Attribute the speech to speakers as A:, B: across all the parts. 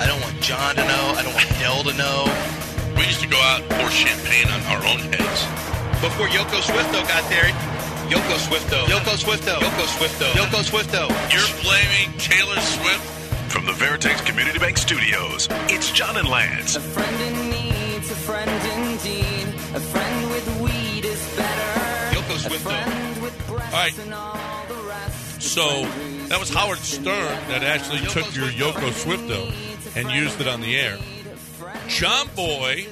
A: I don't want John to know. I don't want Dell to know.
B: We used to go out and pour champagne on our own heads.
A: Before Yoko Swifto got there,
B: Yoko Swifto.
A: Yoko Swifto.
B: Yoko Swifto.
A: Yoko Swifto.
B: You're blaming Taylor Swift?
C: From the Veritex Community Bank Studios, it's John and Lance.
D: A friend in need's a friend indeed. A friend with weed is better.
B: Yoko Swifto. All right. So that was Howard Stern that actually
A: Yoko
B: took your
A: Swifto.
B: Yoko Swifto and used it on the air. John Boy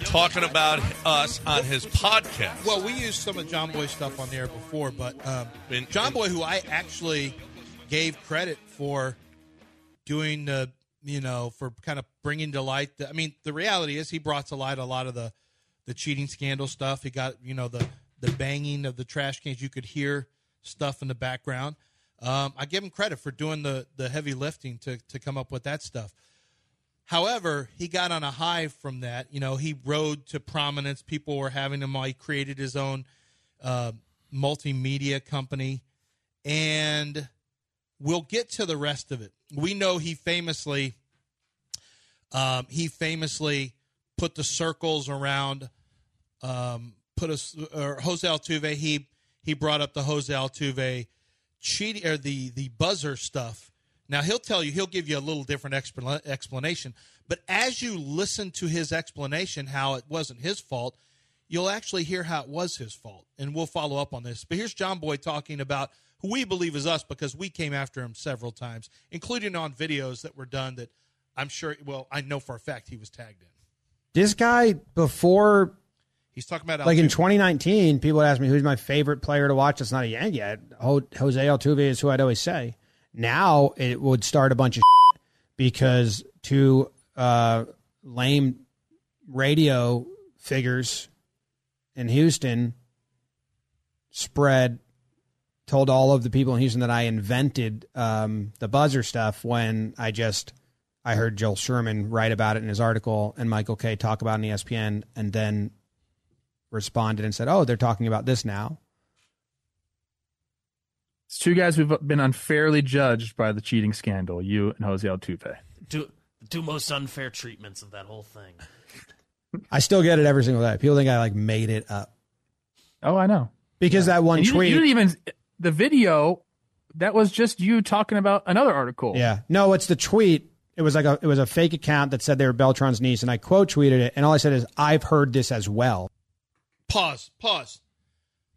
B: talking about us on his podcast.
E: Well, we used some of John Boy stuff on the air before, but um,
B: In-
E: John
B: in-
E: Boy, who I actually gave credit for doing the, you know, for kind of bringing to light. The, I mean, the reality is he brought to light a lot of the the cheating scandal stuff. He got you know the the banging of the trash cans. You could hear stuff in the background. Um, I give him credit for doing the the heavy lifting to to come up with that stuff. However, he got on a high from that. You know, he rode to prominence. People were having him. He created his own uh, multimedia company, and we'll get to the rest of it. We know he famously, um, he famously put the circles around, um, put us or Jose Altuve. He he brought up the Jose Altuve cheating or the the buzzer stuff. Now he'll tell you he'll give you a little different expla- explanation, but as you listen to his explanation, how it wasn't his fault, you'll actually hear how it was his fault, and we'll follow up on this. But here's John Boy talking about who we believe is us because we came after him several times, including on videos that were done that I'm sure. Well, I know for a fact he was tagged in.
F: This guy before
E: He's talking about
F: like in
E: Altuve.
F: 2019, people would ask me who's my favorite player to watch. It's not a Yankee. I- Ho- Jose Altuve is who I'd always say. Now it would start a bunch of because two uh, lame radio figures in Houston spread told all of the people in Houston that I invented um, the buzzer stuff when I just I heard Joel Sherman write about it in his article and Michael K talk about it in E ESPN and then responded and said, "Oh, they're talking about this now."
G: It's two guys who've been unfairly judged by the cheating scandal, you and Jose Altuve.
H: Two, two most unfair treatments of that whole thing.
F: I still get it every single day. People think I like made it up
G: Oh, I know.
F: because that one
G: And you,
F: tweet.
G: you didn't even the video. That was just you talking about another article.
F: yeah, no, it's the tweet. It was like a it was a fake account that said they were Beltran's niece, and I quote tweeted it, and all I said is, "I've heard this as well."
E: pause, pause.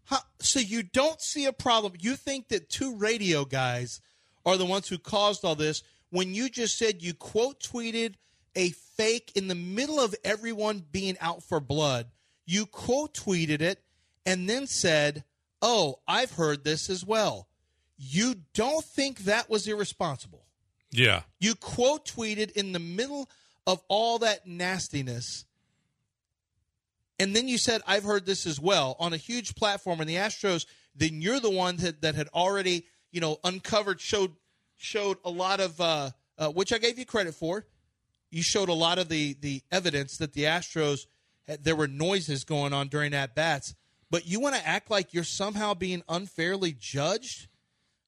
E: Huh, so you don't see a problem. You think that two radio guys are the ones who caused all this when you just said you quote tweeted a fake in the middle of everyone being out for blood. You quote tweeted it and then said, "Oh, I've heard this as well." You don't think that was irresponsible.
B: yeah.
E: You quote tweeted in the middle of all that nastiness. And then you said, I've heard this as well on a huge platform in the Astros. Then you're the one that, that had already, you know, uncovered, showed, showed a lot of, uh, uh, which I gave you credit for. You showed a lot of the, the evidence that the Astros, had, there were noises going on during at bats. But you want to act like you're somehow being unfairly judged?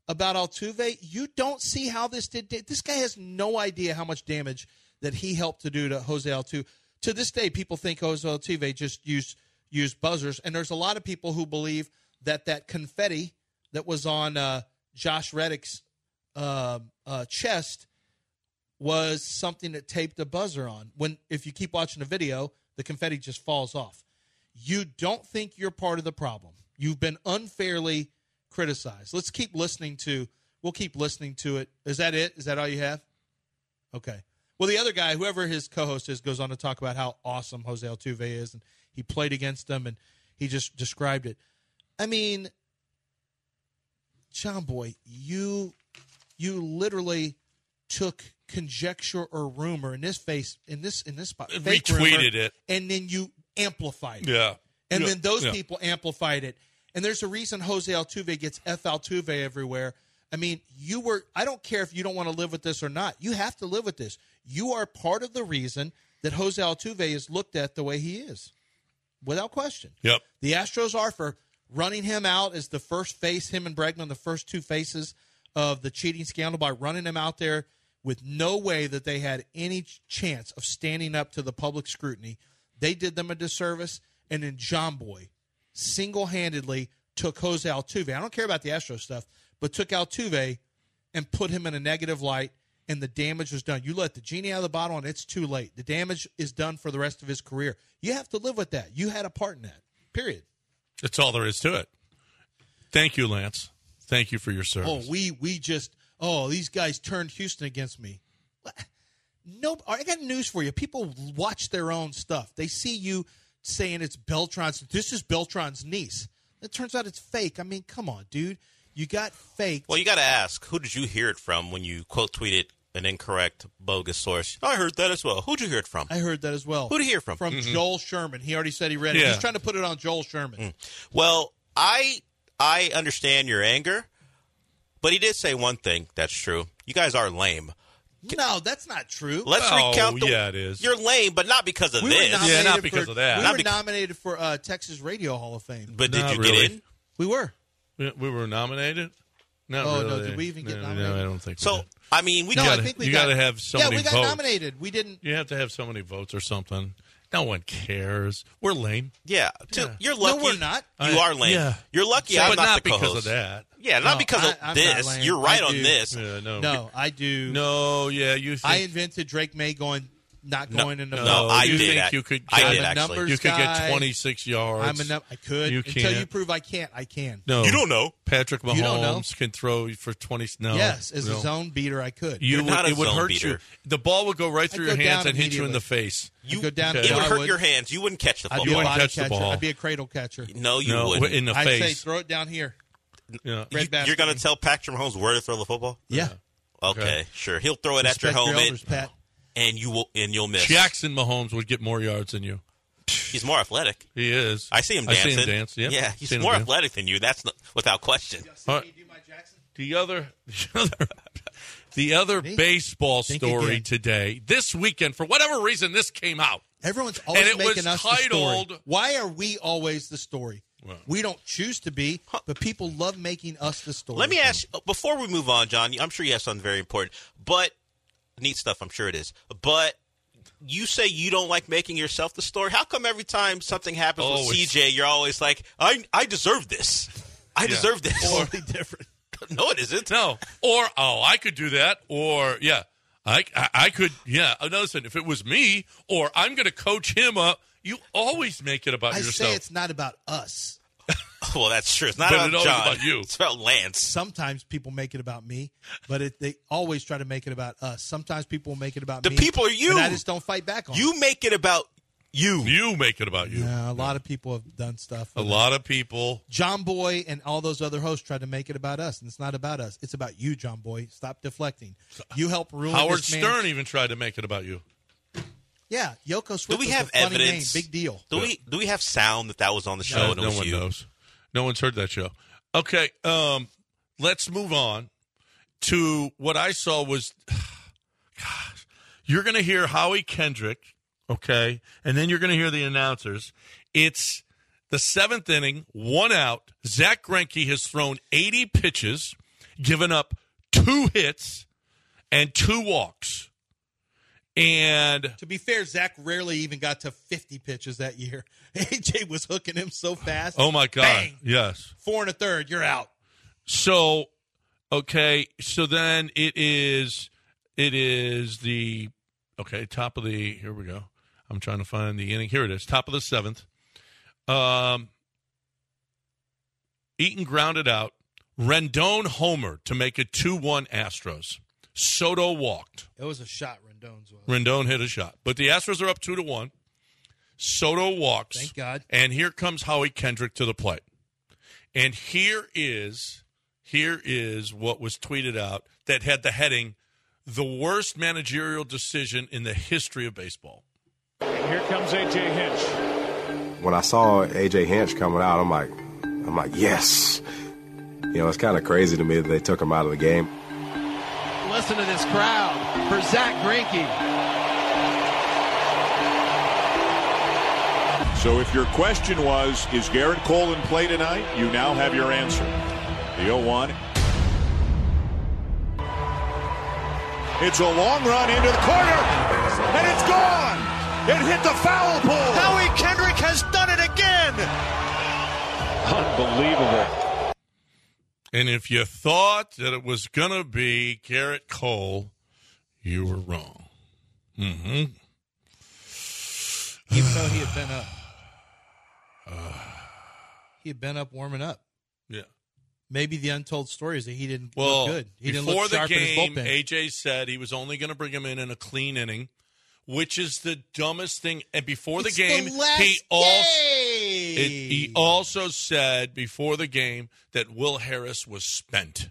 E: about Altuve, you don't see how this did. This guy has no idea how much damage that he helped to do to Jose Altuve. To this day, people think Jose Altuve just used used buzzers, and there's a lot of people who believe that that confetti that was on uh, Josh Reddick's uh, uh, chest was something that taped a buzzer on. When if you keep watching the video, the confetti just falls off. You don't think you're part of the problem. You've been unfairly criticized. Let's keep listening to. We'll keep listening to it. Is that it? Is that all you have? Okay. Well, the other guy, whoever his co-host is, goes on to talk about how awesome Jose Altuve is, and he played against them, and he just described it. I mean, John Boy, you you literally took conjecture or rumor in this face in this in this spot
B: And
E: fake
B: retweeted
E: rumor,
B: it.
E: and then you amplified it.
B: Yeah.
E: and
B: Yeah.
E: then those
B: Yeah.
E: people amplified it. And there's a reason Jose Altuve gets F Altuve everywhere. I mean, you were. I don't care if you don't want to live with this or not. You have to live with this. You are part of the reason that Jose Altuve is looked at the way he is, without question.
B: Yep.
E: The Astros are for running him out as the first face, him and Bregman, the first two faces of the cheating scandal by running him out there with no way that they had any ch- chance of standing up to the public scrutiny. They did them a disservice. And then John Boy single handedly took Jose Altuve. I don't care about the Astro stuff, but took Altuve and put him in a negative light, and the damage was done. You let the genie out of the bottle, and it's too late. The damage is done for the rest of his career. You have to live with that. You had a part in that. Period.
B: That's all there is to it. Thank you, Lance. Thank you for your service.
E: Oh, we we just oh these guys turned Houston against me. What? Nope. I got news for you. People watch their own stuff. They see you saying it's Beltran's. This is Beltran's niece. It turns out it's fake. I mean, come on, dude. You got fake.
I: Well, you got to ask, who did you hear it from when you quote tweeted an incorrect, bogus source? I heard that as well. Who'd you hear it from?
E: I heard that as well.
I: Who'd you hear from? Mm-hmm.
E: From Joel Sherman. He already said he read it.
B: Yeah.
E: He's trying to put it on Joel Sherman.
I: Well, I I understand your anger, but he did say one thing that's true. You guys are lame.
E: No, that's not true.
I: Let's
B: Oh,
I: recount the
B: yeah, it is.
I: You're lame, but not because of
E: we were
I: this.
E: nominated
B: not
E: for-
B: because of that.
E: We
I: Not
E: were
I: bec-
E: nominated for uh, Texas Radio Hall of Fame.
I: But
B: Not
I: did you
B: really.
I: get in?
E: We were.
B: We, we were nominated. Not
E: Oh, no,
B: really.
E: did we even get
B: No,
E: nominated?
B: No, I don't think. we
I: So
B: did.
I: I mean, we
E: No,
I: got
E: I
B: gotta-
E: think we
B: you
E: got
B: gotta have so
E: Yeah,
B: many
E: we got
B: votes.
E: nominated. We didn't.
B: you have to have so many votes or something. No one cares. We're lame.
I: yeah. to-
B: Yeah.
I: You're lucky.
E: No, we're not.
I: You
B: I-
I: are lame.
B: yeah.
I: You're lucky. I'm
B: but
I: not,
B: not,
I: the
B: because of
I: co-host.
B: that.
I: Yeah, not
E: No,
I: because
E: I-
I: of
E: I'm not
I: this.
E: lame.
I: You're right
E: I
I: on
E: do.
I: this.
B: Yeah, no.
E: No, I do.
B: No, yeah, you think
E: I invented Drake May going not
I: No,
E: going in the
I: no,
E: vote.
B: Oh,
I: I
B: you
I: did
B: think
I: act-
B: you could
I: I
B: get-
I: did
E: I'm a
I: actually.
E: numbers
B: you could
E: guy.
B: get 26 yards.
E: I'm enough. I could
B: You
E: until you
B: can't.
E: prove I can't. I can.
B: No,
I: You don't know.
B: Patrick Mahomes
E: You don't know.
B: can throw for 20. No,
E: yes, as
B: no.
E: a zone beater, I could.
B: you
I: You're
B: would,
I: not a
B: it would
I: zone
B: hurt
I: beater.
B: you. The ball would go right through
E: I'd
B: your
E: go
B: hands
E: down
B: and hit you in the face.
E: you go down.
B: Okay.
I: It
E: no,
I: would
E: I
I: hurt
E: wouldn't.
I: your hands. You wouldn't catch the
E: I'd
I: football.
E: be
B: You
E: a
B: wouldn't
E: body
B: catch the
E: catcher.
B: ball.
E: I'd be a cradle catcher.
I: no, you
B: no,
I: wouldn't.
B: in the
E: I'd say
B: face.
E: throw it down here.
B: yeah.
E: Red
I: you,
E: bastard.
I: are going to tell Patrick Mahomes where to throw the football?
E: yeah.
I: Okay,
B: Okay.
I: sure. He'll throw it at
E: Respect
I: your
E: your
I: helmet,
E: elders, Pat.
I: and you will, and you'll miss.
B: Jackson Mahomes would get more yards than you.
I: He's more athletic.
B: He is.
I: I see him
B: I
I: dancing.
B: see him dance. Yeah,
I: yeah, he's
B: Seen him
I: more
B: dance.
I: athletic than you. That's not, without question.
B: All right. The other, the other, the other baseball
E: Think
B: story
E: again.
B: today. This weekend, for whatever reason, this came out.
E: Everyone's always
B: And it was
E: making us the
B: titled-
E: story. Why are we always the story? we don't choose to be, but people love making us the story.
I: Let me ask before we move on, John. I'm sure you have something very important, but neat stuff. I'm sure it is. But you say you don't like making yourself the story. How come every time something happens with
B: Always.
I: CJ, you're always like, I I deserve this. I deserve this.
E: different.
I: no, it isn't.
B: No, or oh, I could do that, or yeah, I I, I could yeah. Oh, no, Listen, if it was me, or I'm going to coach him up. You always make it about
E: I
B: yourself.
E: say it's not about us.
I: Well, that's true. It's not
B: But
I: about
B: it always
I: John.
B: about you.
I: It's about Lance.
E: Sometimes people make it about me, but it, they always try to make it about us. Sometimes people make it about
I: The
E: me.
I: people are you.
E: And I just don't fight back on
I: You make it about you.
B: you make it about
E: it.
B: you.
E: Yeah, a lot of people have done stuff.
B: A lot of people.
E: John Boy and all those other hosts tried to make it about us, and it's not about us. It's about you, John Boy. Stop deflecting. You help ruin
B: Howard
E: this man's-
B: Stern even tried to make it about you.
E: Yeah, Yoko Swift.
I: Do we
E: was
I: have
E: a funny
I: evidence?
E: Name. Big deal.
I: Do we do we have sound that that was on the show
B: Uh,
I: and it
B: no
I: was
B: one
I: you?
B: knows. No one's heard that show. Okay, um, let's move on to what I saw was, gosh, you're going to hear Howie Kendrick, okay, and then you're going to hear the announcers. It's the seventh inning, one out. Zach Greinke has thrown 80 pitches, given up two hits and two walks, and
E: To be fair, Zach rarely even got to 50 pitches that year. AJ was hooking him so fast.
B: oh my god,
E: Bang!
B: yes.
E: Four and a third, you're out.
B: So, okay, so then it is it is the okay, top of the here we go. I'm trying to find the inning. Here it is, top of the seventh. Um Eaton grounded out. Rendon homer to make it two one Astros. Soto walked.
E: It was a shot, Rendon's was.
B: Rendon hit a shot. But the Astros are up two to one. Soto walks.
E: Thank God.
B: And here comes Howie Kendrick to the plate. And here is here is what was tweeted out that had the heading the worst managerial decision in the history of baseball.
J: And here comes AJ Hinch.
K: when I saw AJ Hinch coming out, I'm like, I'm like, yes. You know, it's kind of crazy to me that they took him out of the game.
L: Listen to this crowd for Zach Greinke.
J: So if your question was, is Garrett Cole in play tonight? You now have your answer. The 0 1. It's a long run into the corner, and it's gone! It hit the foul pole!
L: Howie Kendrick has done it again.
J: Unbelievable.
B: And if you thought that it was going to be Garrett Cole, you were wrong. hmm
E: even though he had been up.
B: Uh.
E: He had been up warming up.
B: Yeah.
E: Maybe the untold story is that he didn't
B: Well,
E: look good. He didn't
B: before
E: look
B: the
E: sharp
B: game,
E: in his bullpen.
B: AJ said he was only going to bring him in in a clean inning, which is the dumbest thing. And before the
E: It's the
B: game,
E: last
B: he also
E: game.
B: he also said before the game that Will Harris was spent.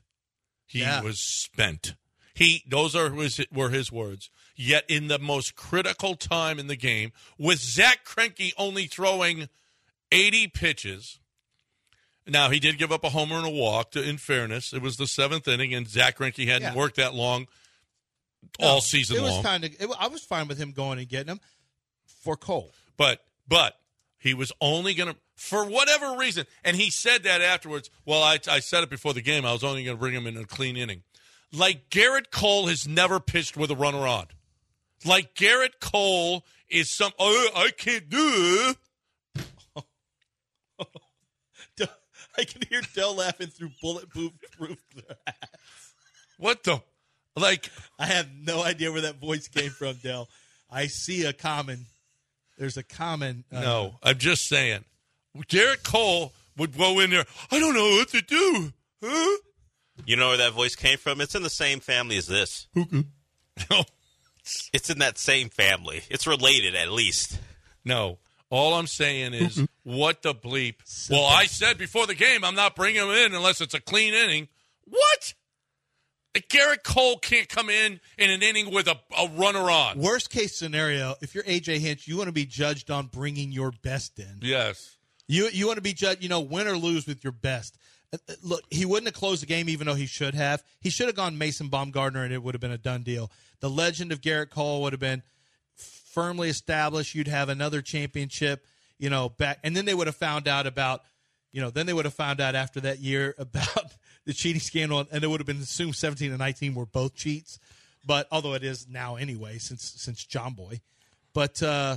B: He
E: Yeah.
B: was spent. He those are was were his words. Yet in the most critical time in the game, with Zach Krenke only throwing eighty pitches. Now he did give up a homer and a walk. To, in fairness, it was the seventh inning, and Zach Greinke hadn't
E: Yeah.
B: worked that long
E: No,
B: all season
E: it was
B: long.
E: Kind of, it, I was fine with him going and getting him for Cole.
B: But but he was only going to for whatever reason, and he said that afterwards. Well, I, I said it before the game. I was only going to bring him in a clean inning. Like Garrett Cole has never pitched with a runner on. Like Garrett Cole is some. Oh, I can't do. it."
E: I can hear Dell laughing through bulletproof proof
B: What the? Like
E: I have no idea where that voice came from, Dell. I see a common. There's a common. uh,
B: No, I'm just saying. Garrett Cole would go in there. I don't know what to do. Huh?
I: You know where that voice came from? It's in the same family as this. it's in that same family. It's related, at least.
B: No. All I'm saying is, what the bleep? Well, I said before the game, I'm not bringing him in unless it's a clean inning. What? Garrett Cole can't come in in an inning with a, a runner on.
E: Worst case scenario, if you're AJ Hinch, you want to be judged on bringing your best in.
B: Yes.
E: You you want to be judged, you know, win or lose with your best. Uh, uh, Look, he wouldn't have closed the game even though he should have. He should have gone Mason Baumgartner and it would have been a done deal. The legend of Garrett Cole would have been firmly established. You'd have another championship, you know, back and then they would have found out about, you know, then they would have found out after that year about the cheating scandal and it would have been assumed 17 and 19 were both cheats. But although it is now anyway since since John Boy. But uh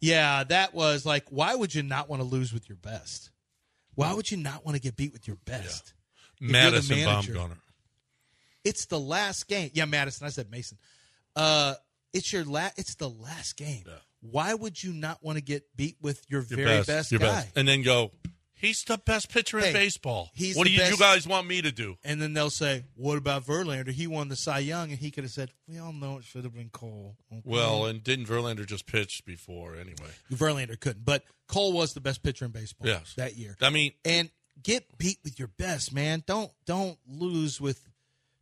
E: yeah, that was like, why would you not want to lose with your best? Why would you not want to get beat with your best? If you're the
B: Madison
E: manager,
B: Baumgartner.
E: It's the last game. Yeah, Madison. I said Mason. Uh, it's your la- It's the last game. Why would you not want to get beat with your,
B: Your
E: very best,
B: best, your
E: guy?
B: best. And then go, he's the best pitcher in
E: Hey,
B: baseball.
E: he's
B: what
E: the
B: do you, you
E: best-
B: guys want me to do?
E: And then they'll say, "What about Verlander? He won the Cy Young, and he could have said, we all know it should have been Cole.' Okay.
B: Well, and didn't Verlander just pitch before anyway?
E: Verlander couldn't, but Cole was the best pitcher in baseball
B: Yes.
E: that year.
B: I mean,
E: and get beat with your best, man. Don't don't lose with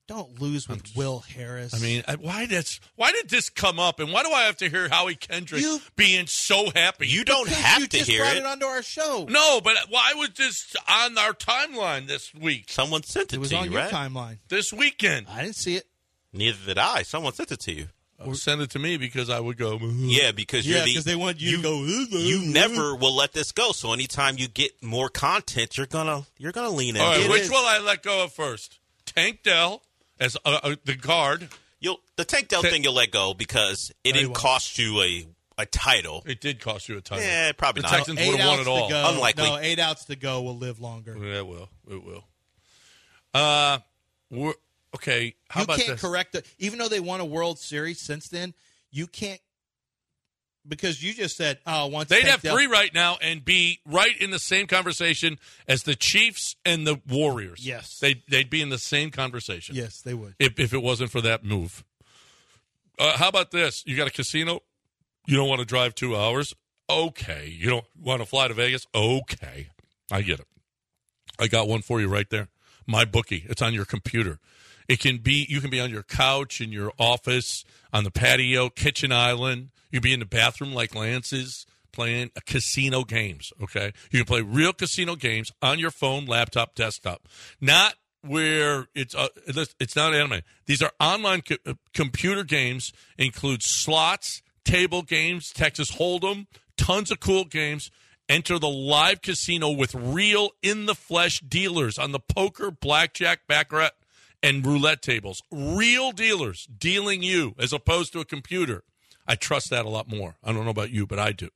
E: don't lose with Will Harris.
B: I mean, I, why that's why did this come up, and why do I have to hear Howie Kendrick being so happy? You
I: don't
E: you just brought it. onto our show.
B: No, but why was this on our timeline this week?
I: Someone sent it,
E: It was
I: to
E: on
I: you,
E: your
I: right?
E: timeline.
B: This weekend.
E: I didn't see it.
I: Neither did I. Someone sent it to you.
B: Send it to me because I would go.
I: Uh, Yeah, because you're
E: yeah, Mm-hmm.
I: the.
E: because they want you, to go.
I: you never will let this go. So anytime you get more content, you're gonna you're gonna lean in.
B: All right,
I: It
B: which
I: is-
B: will I let go of first? Tank Dell as uh, uh, the guard.
I: You'll the Tank Dell thing you'll let go because it didn't cost you a a title.
B: It did cost you a title.
I: Yeah, probably
B: The
I: not.
B: Texans
E: Eight
B: would have won
E: outs
B: it
E: to
B: all. Mm-hmm.
E: go.
I: Unlikely.
E: No, eight outs to go will live longer.
B: Yeah, it will. It will. Uh, we're, okay. How
E: you
B: about
E: can't
B: this?
E: correct it, even though they won a World Series since then. You can't because you just said, "Oh, once
B: They'd
E: Tank
B: have
E: Dell-
B: three right now and be right in the same conversation as the Chiefs and the Warriors.
E: Yes.
B: They'd, they'd be in the same conversation.
E: Yes, they would.
B: If, if it wasn't for that move. Uh, how about this? You got a casino. You don't want to drive two hours. Okay. You don't want to fly to Vegas. Okay. I get it. I got one for you right there. My bookie. It's on your computer. It can be you can be on your couch in your office, on the patio, kitchen island. You can be in the bathroom like Lance is playing casino games. Okay, you can play real casino games on your phone, laptop, desktop, not where it's uh, it's not anime. These are online co- uh, computer games. Include slots, table games, Texas Hold'em, tons of cool games. Enter the live casino with real in the flesh dealers on the poker, blackjack, baccarat, and roulette tables. Real dealers dealing you as opposed to a computer. I trust that a lot more. I don't know about you, but I do.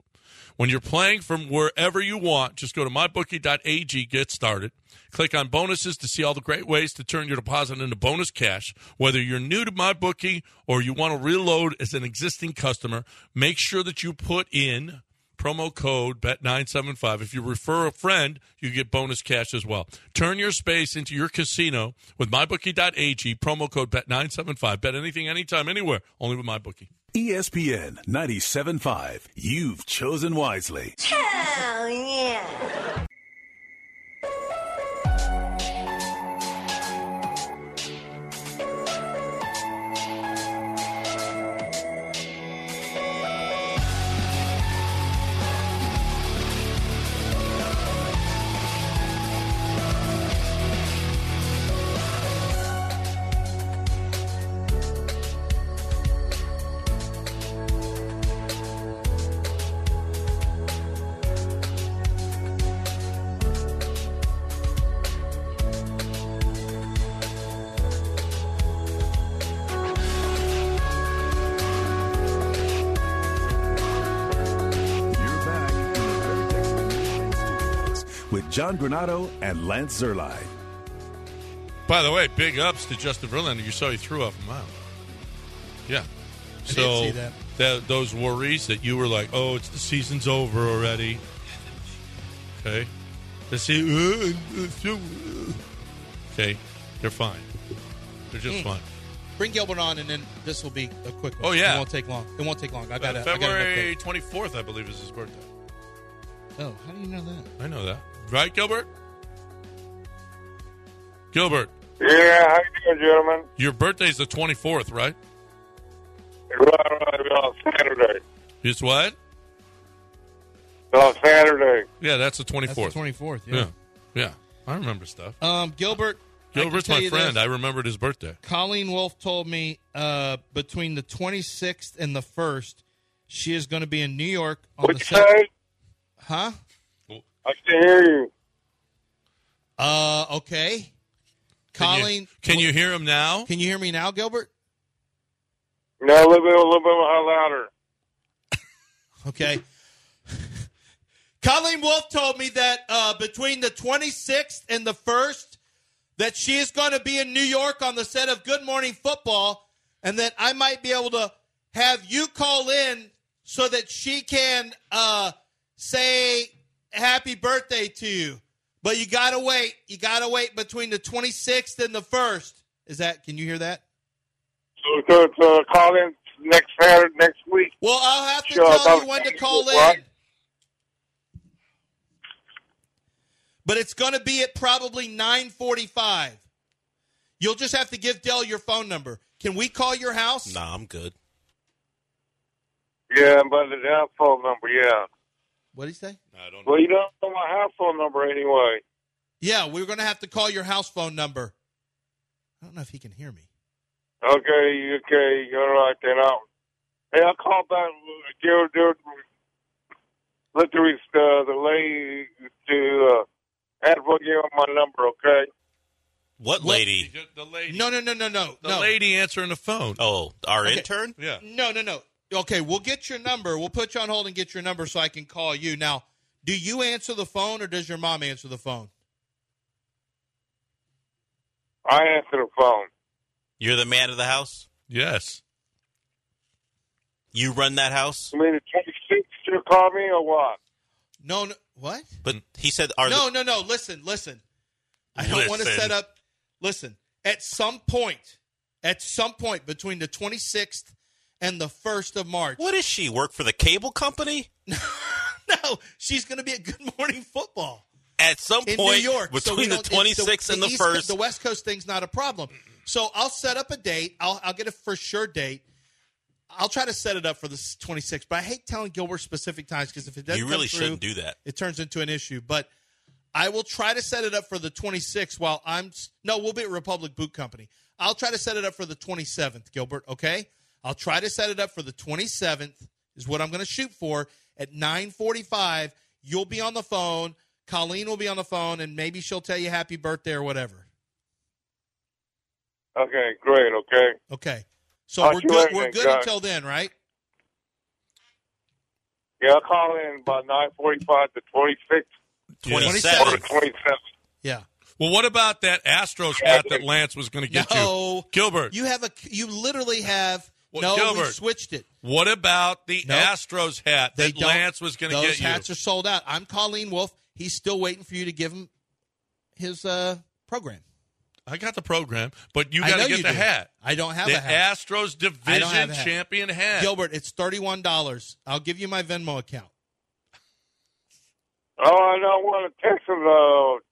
B: When you're playing from wherever you want, just go to mybookie.ag, get started. Click on bonuses to see all the great ways to turn your deposit into bonus cash. Whether you're new to MyBookie or you want to reload as an existing customer, make sure that you put in promo code BET975. If you refer a friend, you get bonus cash as well. Turn your space into your casino with mybookie.ag, promo code BET975. Bet anything, anytime, anywhere, only with MyBookie.
M: E
C: ESPN 97.5. You've chosen wisely.
N: Hell yeah.
C: with John Granado and Lance Zerline.
B: By the way, big ups to Justin Verlander. You saw he threw off a mile. Yeah.
E: I did
B: so
E: see that.
B: that- those worries that you were like, oh, it's the season's over already. Okay. Uh, The se- uh. okay. They're fine. They're just
E: Mm.
B: fine.
E: Bring Gilbert on, and then this will be a quick one.
B: Oh, yeah.
E: It won't take long. It won't take long. I got
B: Uh,
E: it.
B: February 24th, I believe, is his birthday.
E: Oh, how do you know that?
B: I know that. Right, Gilbert? Gilbert,
O: Yeah, how you doing, gentlemen?
B: your birthday's the 24th, right?
O: Right, right, we're on Saturday.
B: It's what?
O: We're on Saturday.
B: Yeah, that's the 24th.
E: That's the 24th, yeah.
B: Yeah. Yeah. I remember stuff.
E: Um, Gilbert. I can
B: Gilbert's
E: tell
B: my
E: you
B: friend.
E: this.
B: I remembered his birthday.
E: Colleen Wolf told me uh, between the 26th and the 1st, she is going to be in New York on
O: What'd
E: the
O: you say?
E: Huh?
O: I can hear you.
E: Uh, okay.
B: Can you-
E: Colleen,
B: Can you hear him now?
E: can you hear me now, Gilbert?
O: No, a little bit, a little bit louder.
E: Okay. Colleen Wolf told me that uh, between the 26th and the 1st, that she is going to be in New York on the set of Good Morning Football, and that I might be able to have you call in so that she can uh, say happy birthday to you. But you got to wait. You got to wait between the 26th and the 1st. Is that, can you hear that?
O: So, so, so call in next Saturday, next week.
E: Well, I'll have to
O: Sure,
E: tell
O: that-
E: you when to call
O: What?
E: in. But it's going to be at probably 9:45. You'll just have to give Dell your phone number. Can we call your house?
I: Nah, I'm good.
O: Yeah, but the house phone number, yeah.
E: What did he say?
B: I don't
O: Well, you don't know my house phone number anyway.
E: Yeah, we're going to have to call your house phone number. I don't know if he can hear me.
O: Okay, okay, all right, then I'll. Hey, I'll call back. Give, give, let the, res- uh, the lady to uh, advocate on my number, okay?
I: What lady?
B: The lady.
E: No, no, no, no, no.
B: The
E: no.
B: lady answering the phone.
I: Oh, our
E: Okay.
I: intern?
B: Yeah.
E: No, no, no. Okay, we'll get your number. We'll put you on hold and get your number so I can call you. Now, do you answer the phone or does your mom answer the phone?
O: I answer the phone.
I: You're the man of the house?
B: Yes.
I: You run that house?
O: I mean, the 26th, you call me or what?
E: No, no what?
I: But he said, are
E: no,
I: the,
E: no, no. Listen, listen. I don't want to
I: Listen.
E: set up. Listen, at some point, at some point between the 26th and the 1st of March,
I: what is she? Work for the cable company?
E: no, she's going to be at Good Morning Football.
I: at some
E: in
I: point
E: New York so we
I: between the
E: don't- it's
I: 26th and the
E: East-
I: 1st.
E: The West Coast thing's not a problem. So I'll set up a date. I'll, I'll get a for sure date. I'll try to set it up for the s- 26th, but I hate telling Gilbert specific times because if it doesn't,
I: You really
E: come
I: shouldn't
E: through,
I: do that.
E: It turns into an issue. But I will try to set it up for the 26th. While I'm s- no, we'll be at Republic Boot Company. I'll try to set it up for the 27th, Gilbert. Okay, I'll try to set it up for the 27th. Is what I'm going to shoot for at 9:45. You'll be on the phone. Colleen will be on the phone, and maybe she'll tell you happy birthday or whatever.
O: Okay, great. Okay.
E: Okay. So
O: I'll
E: we're
O: see you
E: good.
O: later,
E: We're good
O: guys.
E: until then, right?
O: Yeah, I'll call in about nine forty-five to twenty-six.
B: 27th.
O: Or twenty-seven.
E: Yeah.
B: Well, what about that Astros hat that Lance was going to get
E: No.
B: you, Gilbert?
E: You have a. You literally have.
B: Well,
E: no, we
B: Gilbert,
E: switched it.
B: What about the
E: Nope.
B: Astros hat
E: They
B: that
E: don't-
B: Lance was going to
E: Those
B: get you?
E: hats are sold out. I'm Colleen Wolf. He's still waiting for you to give him his uh, program.
B: I got the program, but you
E: I
B: got
E: know
B: to get
E: you
B: the
E: do.
B: hat.
E: I don't have
B: the
E: a hat.
B: Astros
E: I don't have
B: division
E: a hat.
B: champion hat.
E: Gilbert, it's thirty-one dollars. I'll give you my Venmo account.
O: Oh, I don't want a Texas uh,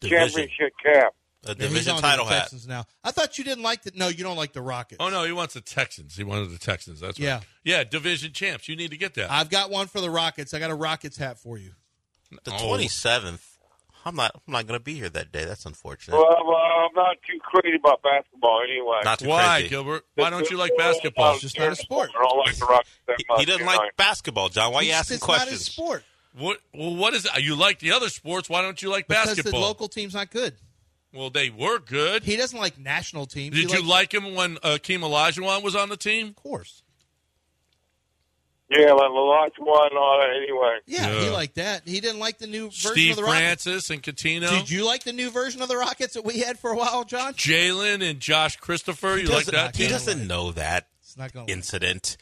B: Division.
O: championship cap.
I: A
E: Yeah, he's on to the Texans now. I thought you didn't like the. No, you don't like the Rockets.
B: Oh no, he wants the Texans. He wanted the Texans. That's right.
E: Yeah.
B: yeah, division champs. You need to get that.
E: I've got one for the Rockets. I got a Rockets hat for you.
I: The
B: Oh.
I: twenty seventh. I'm not. I'm not going to be here that day. That's unfortunate.
O: Well, I'm, uh, I'm not too crazy about basketball anyway.
I: Not too
B: Why,
I: crazy.
B: Gilbert? Why don't you like basketball? It's just not a sport.
O: I don't like the Rockets that
I: He,
O: much.
I: he doesn't
O: uh, you
I: like
O: know.
I: basketball, John. Why are you
E: It's-
I: asking
E: it's not his
I: questions?
E: sport
B: What? Well, what is it? You like the other sports? Why don't you like
E: because
B: basketball?
E: the local team's not good.
B: well, they were good.
E: He doesn't like national teams.
B: Did you like him when Akeem Olajuwon was on the team?
E: Of course.
O: Yeah, like the last one on it anyway.
E: Yeah,
B: Yeah.
E: he liked that. He didn't like the new version
B: Steve
E: of the Rockets.
B: Francis and Catino,
E: Did you like the new version of the Rockets that we had for a while, John?
B: Jalen and Josh Christopher. You like
I: doesn't-
B: that?
I: He
B: team?
I: doesn't know that
E: It's not going to
I: incident.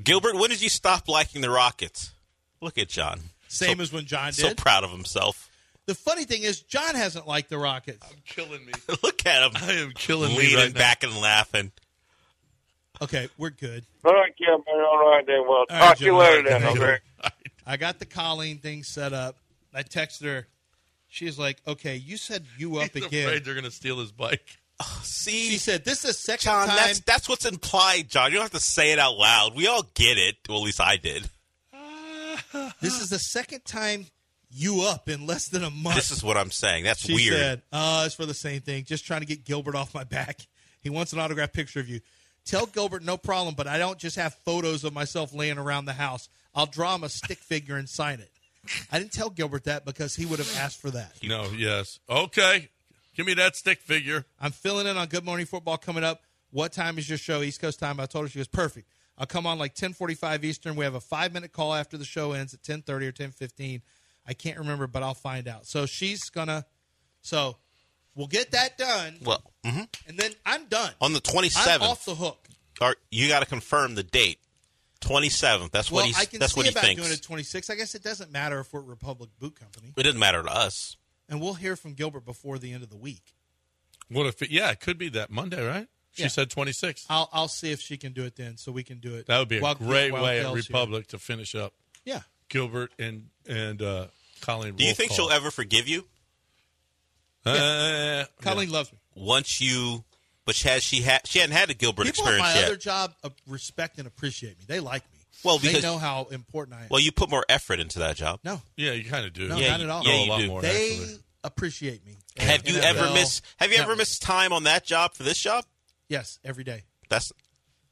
I: Gilbert, when did you stop liking the Rockets? Look at John.
E: Same
I: So-
E: as when John did.
I: So proud of himself.
E: the funny thing is, John hasn't liked the Rockets.
B: killing me.
I: Look at him.
B: I am killing me
I: leaning
B: right now.
I: back and laughing.
E: Okay, we're good.
O: All right, yeah, man. All right, then. Well,
E: right,
O: talk to you
E: gentlemen.
O: later then.
E: Thank you.
O: Okay.
E: I got the Colleen thing set up. I texted her. She's like, "Okay, you said you up
B: He's
E: again."
B: afraid they're going to steal his bike.
I: See,
E: She said, "This is the second
I: John,
E: time."
I: that's that's what's implied, John. You don't have to say it out loud. We all get it. Well, at least I did.
E: this is the second time you up in less than a month.
I: This is what I'm saying. That's
E: She
I: weird.
E: said, uh, it's for the same thing. Just trying to get Gilbert off my back. He wants an autographed picture of you. Tell Gilbert no problem, but I don't just have photos of myself laying around the house. I'll draw him a stick figure and sign it. I didn't tell Gilbert that because he would have asked for that.
B: No, yes. Okay. Give me that stick figure.
E: I'm filling in on Good Morning Football coming up. What time is your show? East Coast time. I told her she was perfect. I'll come on like 10:45 Eastern. We have a five minute call after the show ends at 10:30 or 10:15. I can't remember, but I'll find out. So she's gonna. So we'll get that done,
I: well, mhm.
E: and then I'm done.
I: on the
E: I'm
I: 27th,
E: off the hook.
I: or you got to confirm the date. 27th. That's
E: well,
I: what he's.
E: I can
I: that's
E: see
I: what he
E: about
I: thinks.
E: doing it 26. I guess it doesn't matter if we're at Republic Boot Company,
I: it doesn't matter to us.
E: and we'll hear from Gilbert before the end of the week.
B: What if? It, yeah, it could be that Monday, right? She
E: Yeah. Um,
B: said 26.
E: I'll I'll see if she can do it then, so we can do it.
B: That would be a
E: while-
B: great
E: while
B: way at
E: Kel's here.
B: Republic to finish up
E: Yeah.
B: Gilbert and and uh, Colleen.
I: Do you think she'll ever forgive you
B: Uh,
E: Colleen loves me.
I: once you? But she has she had she hadn't had a Gilbert
E: People at
I: experience
E: my
I: yet.
E: other job uh, respect and appreciate me. They like me.
I: Well,
E: they
I: because-
E: know how important I am.
I: well, you put more effort into that job.
E: no,
B: Yeah, you kind of do.
E: no,
I: Yeah,
E: not
I: you-
E: at all.
I: yeah,
B: Know a
I: you
B: lot
I: do.
B: more.
E: they
B: actually.
E: appreciate me.
I: Have you ever
E: NFL
I: missed? Have you ever
E: Network.
I: missed time on that job for this job?
E: Yes, every day.
I: That's.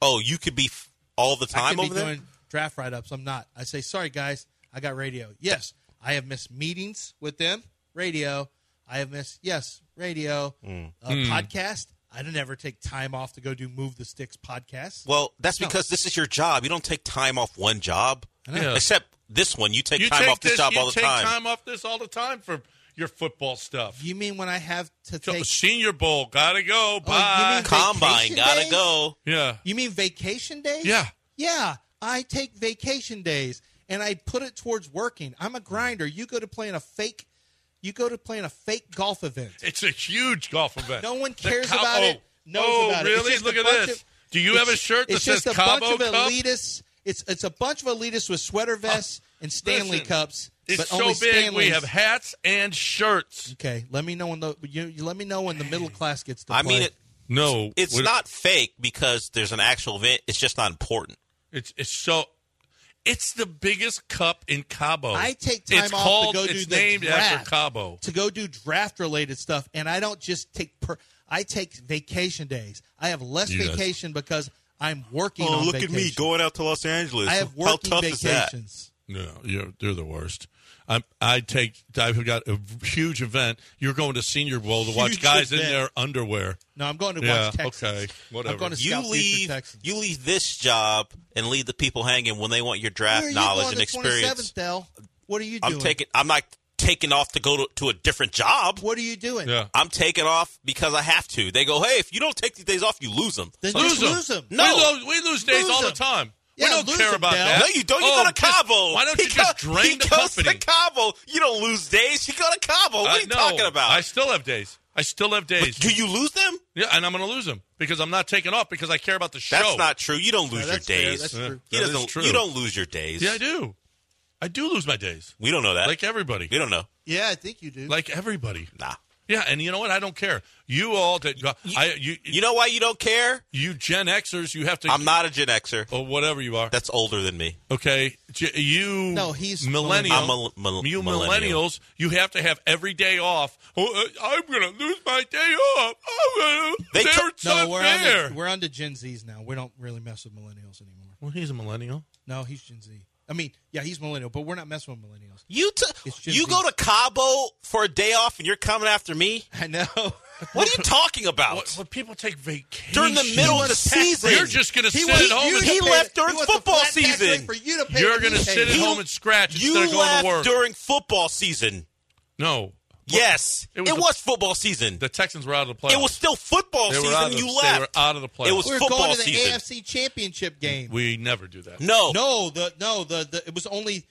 I: Oh, you could be f- all the
E: I
I: time
E: could
I: over
E: be
I: there.
E: doing draft write ups. I'm not. I say sorry, guys. I got radio. Yes, I have missed meetings with them. Radio. I have missed. Yes, radio.
I: Mm.
E: Uh, Podcast. I didn't ever take time off to go do move the sticks podcast.
I: Well, that's
E: No.
I: because this is your job. You don't take time off one job,
E: know.
B: Yeah.
I: except this one. You take
B: you
I: time
B: take
I: off this, job
B: you
I: all the
B: take
I: time.
B: off this all the time for your football stuff.
E: You mean when I have to
B: So,
E: take? Oh,
B: Senior Bowl, gotta go.
E: you
B: Bye.
E: mean
I: Combine,
E: vacation
I: gotta
E: days?
I: go.
B: yeah,
E: You mean vacation days?
B: Yeah.
E: Yeah. I take vacation days and I put it towards working. I'm a grinder. You go to playing a fake you go to playing a fake golf event.
B: it's a huge golf event.
E: No one
B: The
E: cares
B: Cabo-
E: about it. Knows
B: oh,
E: about it. It's
B: really?
E: just a
B: Look at
E: bunch
B: this.
E: of-
B: do you have a
E: it's-
B: shirt that
E: it's
B: says
E: just a
B: Cabo
E: bunch of
B: Cup? Uh,
E: elitists. It's it's a bunch of elitists with sweater vests and Stanley
B: Listen,
E: Cups.
B: It's
E: but
B: so
E: only
B: big. We
E: Stanleys.
B: have hats and shirts.
E: Okay, let me know when the you, you let me know when the middle class gets to
I: I
E: play.
I: mean, it,
B: no,
I: it's
B: what-
I: not fake because there's an actual event. It's just not important.
B: It's it's so. It's the biggest cup in Cabo.
E: I take time
B: it's
E: off
B: called,
E: to go do
B: it's
E: the
B: named
E: draft,
B: after Cabo.
E: to go do draft related stuff, and I don't just take per. I take vacation days. I have less
I: You guys-
E: vacation because I'm working.
I: Oh,
E: on
I: look
E: vacation.
I: at me going out to Los Angeles.
E: I have
I: How
E: working
I: tough is
E: vacations.
B: No, you're you're the worst. I'm, I take. I've got a huge event. You're going to Senior Bowl to watch
E: Huge
B: guys in
E: event.
B: their underwear.
E: No, I'm going to
B: yeah,
E: watch Texas.
B: Okay, whatever.
E: going to
I: that? You
E: scout future
I: leave. You leave this job and leave the people hanging when they want your draft
E: Where are you
I: knowledge
E: going
I: and
E: the
I: experience.
E: 27th, Del? What are you doing?
I: I'm taking. I'm not taking off to go to, to a different job.
E: What are you doing?
I: I'm taking off because I have to. They go, hey, if you don't take these days off, you lose them.
E: Then
B: Lose just them. lose them.
I: No,
B: We lose- we lose days all the
I: 'em.
B: time. We Yeah, don't lose care 'em, about Dell. that.
I: No, you don't. You
B: Oh,
I: go to
B: just-
I: Cabo.
B: why don't
I: He
B: you just
I: go-
B: drain
I: he
B: the
I: goes
B: company?
I: to Cabo. You don't lose days. You go to Cabo. What
B: Uh,
I: are you
B: no,
I: talking about?
B: I still have days. I still have days.
I: do you lose them?
B: Yeah, and I'm going to lose them because I'm not taking off because I care about the show.
I: That's not true. You don't lose your days. He
B: That is
I: doesn't.
B: true.
I: You don't lose your days.
B: Yeah, I do. I do lose my days.
I: We don't know that.
B: Like everybody.
I: We don't know.
E: Yeah, I think you do.
B: Like everybody.
I: Nah.
B: Yeah, and you know what? I don't care. You all that I you
I: You know why you don't care?
B: you Gen Xers, you have to
I: I'm not a Gen Xer.
B: or whatever you are.
I: That's older than me.
B: Okay, J- you
E: No, he's
B: millennial.
I: I'm a mil-
B: you
I: millennial.
B: millennials, you have to have every day off. Oh, uh, I'm gonna lose my day off. I'm gonna,
I: They
B: they are
I: took-
E: No,
B: not
E: we're
B: fair.
E: on, to, we're on to Gen Zs now. We don't really mess with millennials anymore.
B: well, he's a millennial.
E: No, he's Gen Z. I mean, yeah, he's millennial, but we're not messing with millennials.
I: You t-
E: It's Gen
I: you
E: Z.
I: go to Cabo for a day off and you're coming after me?
E: I know.
I: What are you talking about?
B: What, what people take vacation
I: During the middle of the season.
B: You're just gonna
I: He
B: sit
I: wants
B: at home.
I: you
B: and-
I: to He pay- left during
E: He wants the
I: football
E: flat tax rate
I: season.
E: For you to pay
B: You're
E: what he
B: gonna sit
E: paid.
B: at home and scratch
I: You
B: instead of going
I: left
B: to work.
I: during football season.
B: no,
I: Yes, it
B: It
I: was,
B: was the-
I: football season.
B: the Texans were out of the playoffs.
I: it was still football
B: They were
I: season.
B: out of the-
I: you
B: They were
I: left.
B: out of the playoffs.
I: It was
E: We're
I: football
E: going to the
I: season.
E: AFC Championship game.
B: we never do that.
I: No,
E: No, the no the, the it was only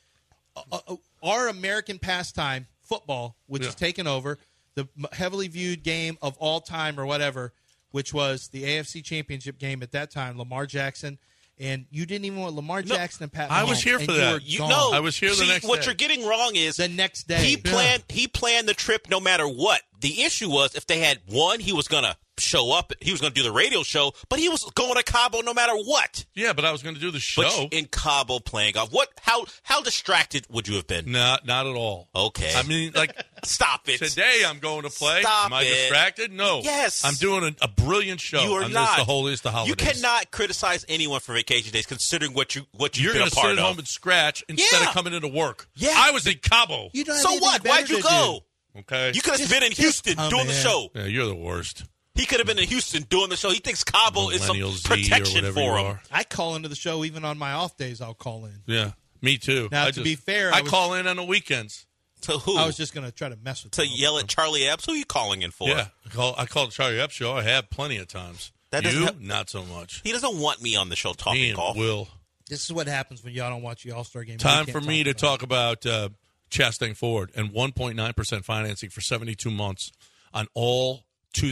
E: uh, uh, our American pastime football, which
B: Yeah.
E: has taken over the m- heavily viewed game of all time or whatever, which was the AFC Championship game at that time. Lamar Jackson and you didn't even want Lamar Jackson and Pat.
B: I was
E: Mahomes,
B: here
E: and
B: for
E: you
B: that.
E: were
I: you
E: gone.
I: no.
B: I was here the
I: See,
B: next
I: what
B: day.
I: you're getting wrong is
E: the next day.
I: he planned. He planned the trip no matter what. The issue was if they had one, he was gonna show up. He was gonna do the radio show, but he was going to Cabo no matter what.
B: Yeah, but I was going to do the
I: But
B: show.
I: in Cabo playing golf, what? How? How distracted would you have been?
B: Not not at all.
I: Okay,
B: I mean, like
I: stop it.
B: today, I'm going to play.
I: Stop
B: Am I
I: it.
B: distracted? No.
I: Yes.
B: I'm doing a, a brilliant show.
I: You are
B: on
I: not
B: This, the holiest of holidays.
I: You cannot criticize anyone for vacation days, considering what you what you've
B: You're
I: been
B: going
I: a
B: to sit
I: part
B: at
I: of.
B: home and scratch instead
I: Yeah.
B: of coming into work.
I: Yeah.
B: I was in Cabo.
E: You don't have
I: so
E: anything
I: what?
E: better
I: Why'd you
E: to
I: go?
B: okay.
I: You could have
E: Just-
I: been in
E: just
I: Houston
E: come
I: doing the
E: in.
I: show.
B: yeah, you're the worst.
I: He could have been in Houston doing the show. He thinks Cabo is some
B: Millennial Z or
I: protection
B: whatever
I: for
B: you
I: him.
B: are.
E: I call into the show even on my off days. I'll call in.
B: Yeah. Me too.
E: Now,
B: I
E: to
B: just-
E: be fair,
B: I,
E: I was-
B: call in on the weekends.
I: To who?
E: I was just going to try to mess with
I: to
E: them.
I: yell at Charlie Epps. Who are you calling in for?
B: Yeah. I call, I call the Charlie Up Show. I have plenty of times.
I: That doesn't
B: you?
I: help-
B: Not so much.
I: He doesn't want me on the show talking
B: Me and
I: golf.
B: Will.
E: This is what happens when y'all don't watch the All Star game.
B: Time
E: We
B: for
E: can't
B: me to
E: about it.
B: talk about uh, Chastain Ford and 1.9% financing for 72 months on all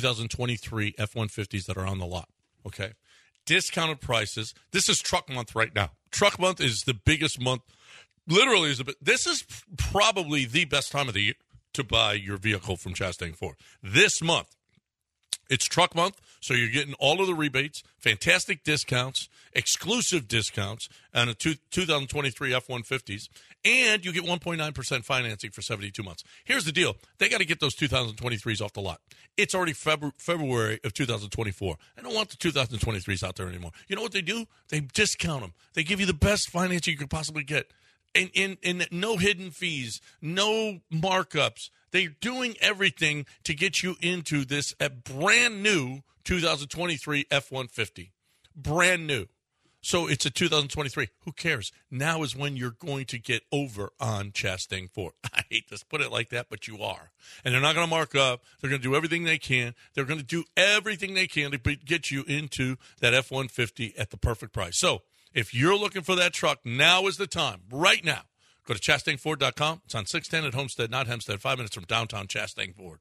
B: 2023 F 150s that are on the lot. Okay. Discounted prices. This is truck month right now. Truck month is the biggest month. Literally, is the, bi- this is probably the best time of the year to buy your vehicle from Chastain Ford. This month, it's truck month, so you're getting all of the rebates, fantastic discounts, exclusive discounts on a two, 2023 F 150s, and you get 1.9% financing for 72 months. Here's the deal they got to get those 2023s off the lot. It's already Febru- February of 2024. I don't want the 2023s out there anymore. You know what they do? They discount them, they give you the best financing you could possibly get and in and no hidden fees, no markups. They're doing everything to get you into this a brand new 2023 F150. Brand new. So it's a 2023. Who cares? Now is when you're going to get over on Chastain Ford. I hate to put it like that, but you are. And they're not going to mark up. They're going to do everything they can. They're going to do everything they can to be- get you into that F 150 at the perfect price. So if you're looking for that truck, now is the time. Right now. Go to chastainford.com. It's on 610 at Homestead, not Hempstead, five minutes from downtown Chastain Ford.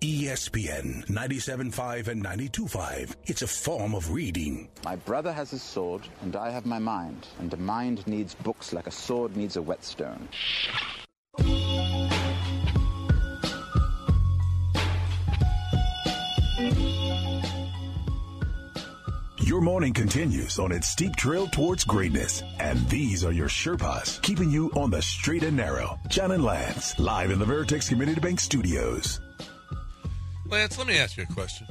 M: E ESPN 97.5 and 92.5. It's a form of reading.
P: My brother has his sword, and I have my mind. And a mind needs books like a sword needs a whetstone.
M: Your morning continues on its steep trail towards greatness. And these are your Sherpas keeping you on the straight and narrow. John and Lance, live in the Veritex Community Bank Studios.
B: Lance, let me ask you a question.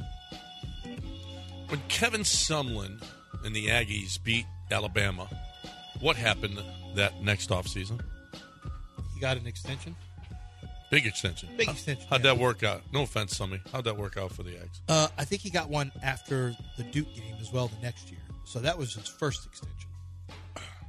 B: When Kevin Sumlin and the Aggies beat Alabama, what happened that next offseason?
E: He got an extension.
B: Big extension.
E: Big extension.
B: How'd that work out? No offense, Summy. How'd that work out for the Aggies?
E: Uh, I think he got one after the Duke game as well the next year. So that was his first extension.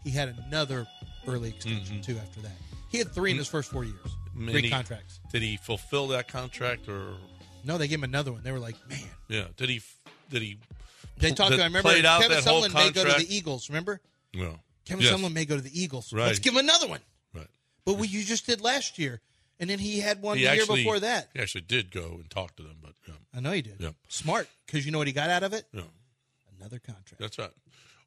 E: He had another early extension
B: Mm-hmm.
E: too after that. He had three in
B: Mm.
E: his first four years.
B: And
E: three
B: he-
E: contracts.
B: Did he fulfill that contract or
E: No, they gave him another one. They were like, man.
B: yeah? Did he did he
E: They talked
B: that
E: to I remember
B: played out
E: Kevin
B: that whole
E: Sumlin may go to
B: contract?
E: the Eagles, remember?
B: Yeah.
E: Kevin
B: Yes.
E: Sumlin may go to the Eagles.
B: Right.
E: Let's give him another one.
B: Right.
E: But what you just did last year. And then he had one
B: He
E: the
B: actually-
E: year before that.
B: He actually did go and talk to them, but yeah.
E: I know you did.
B: Yeah.
E: Smart. Because you know what he got out of it?
B: Yeah.
E: Another contract.
B: That's right.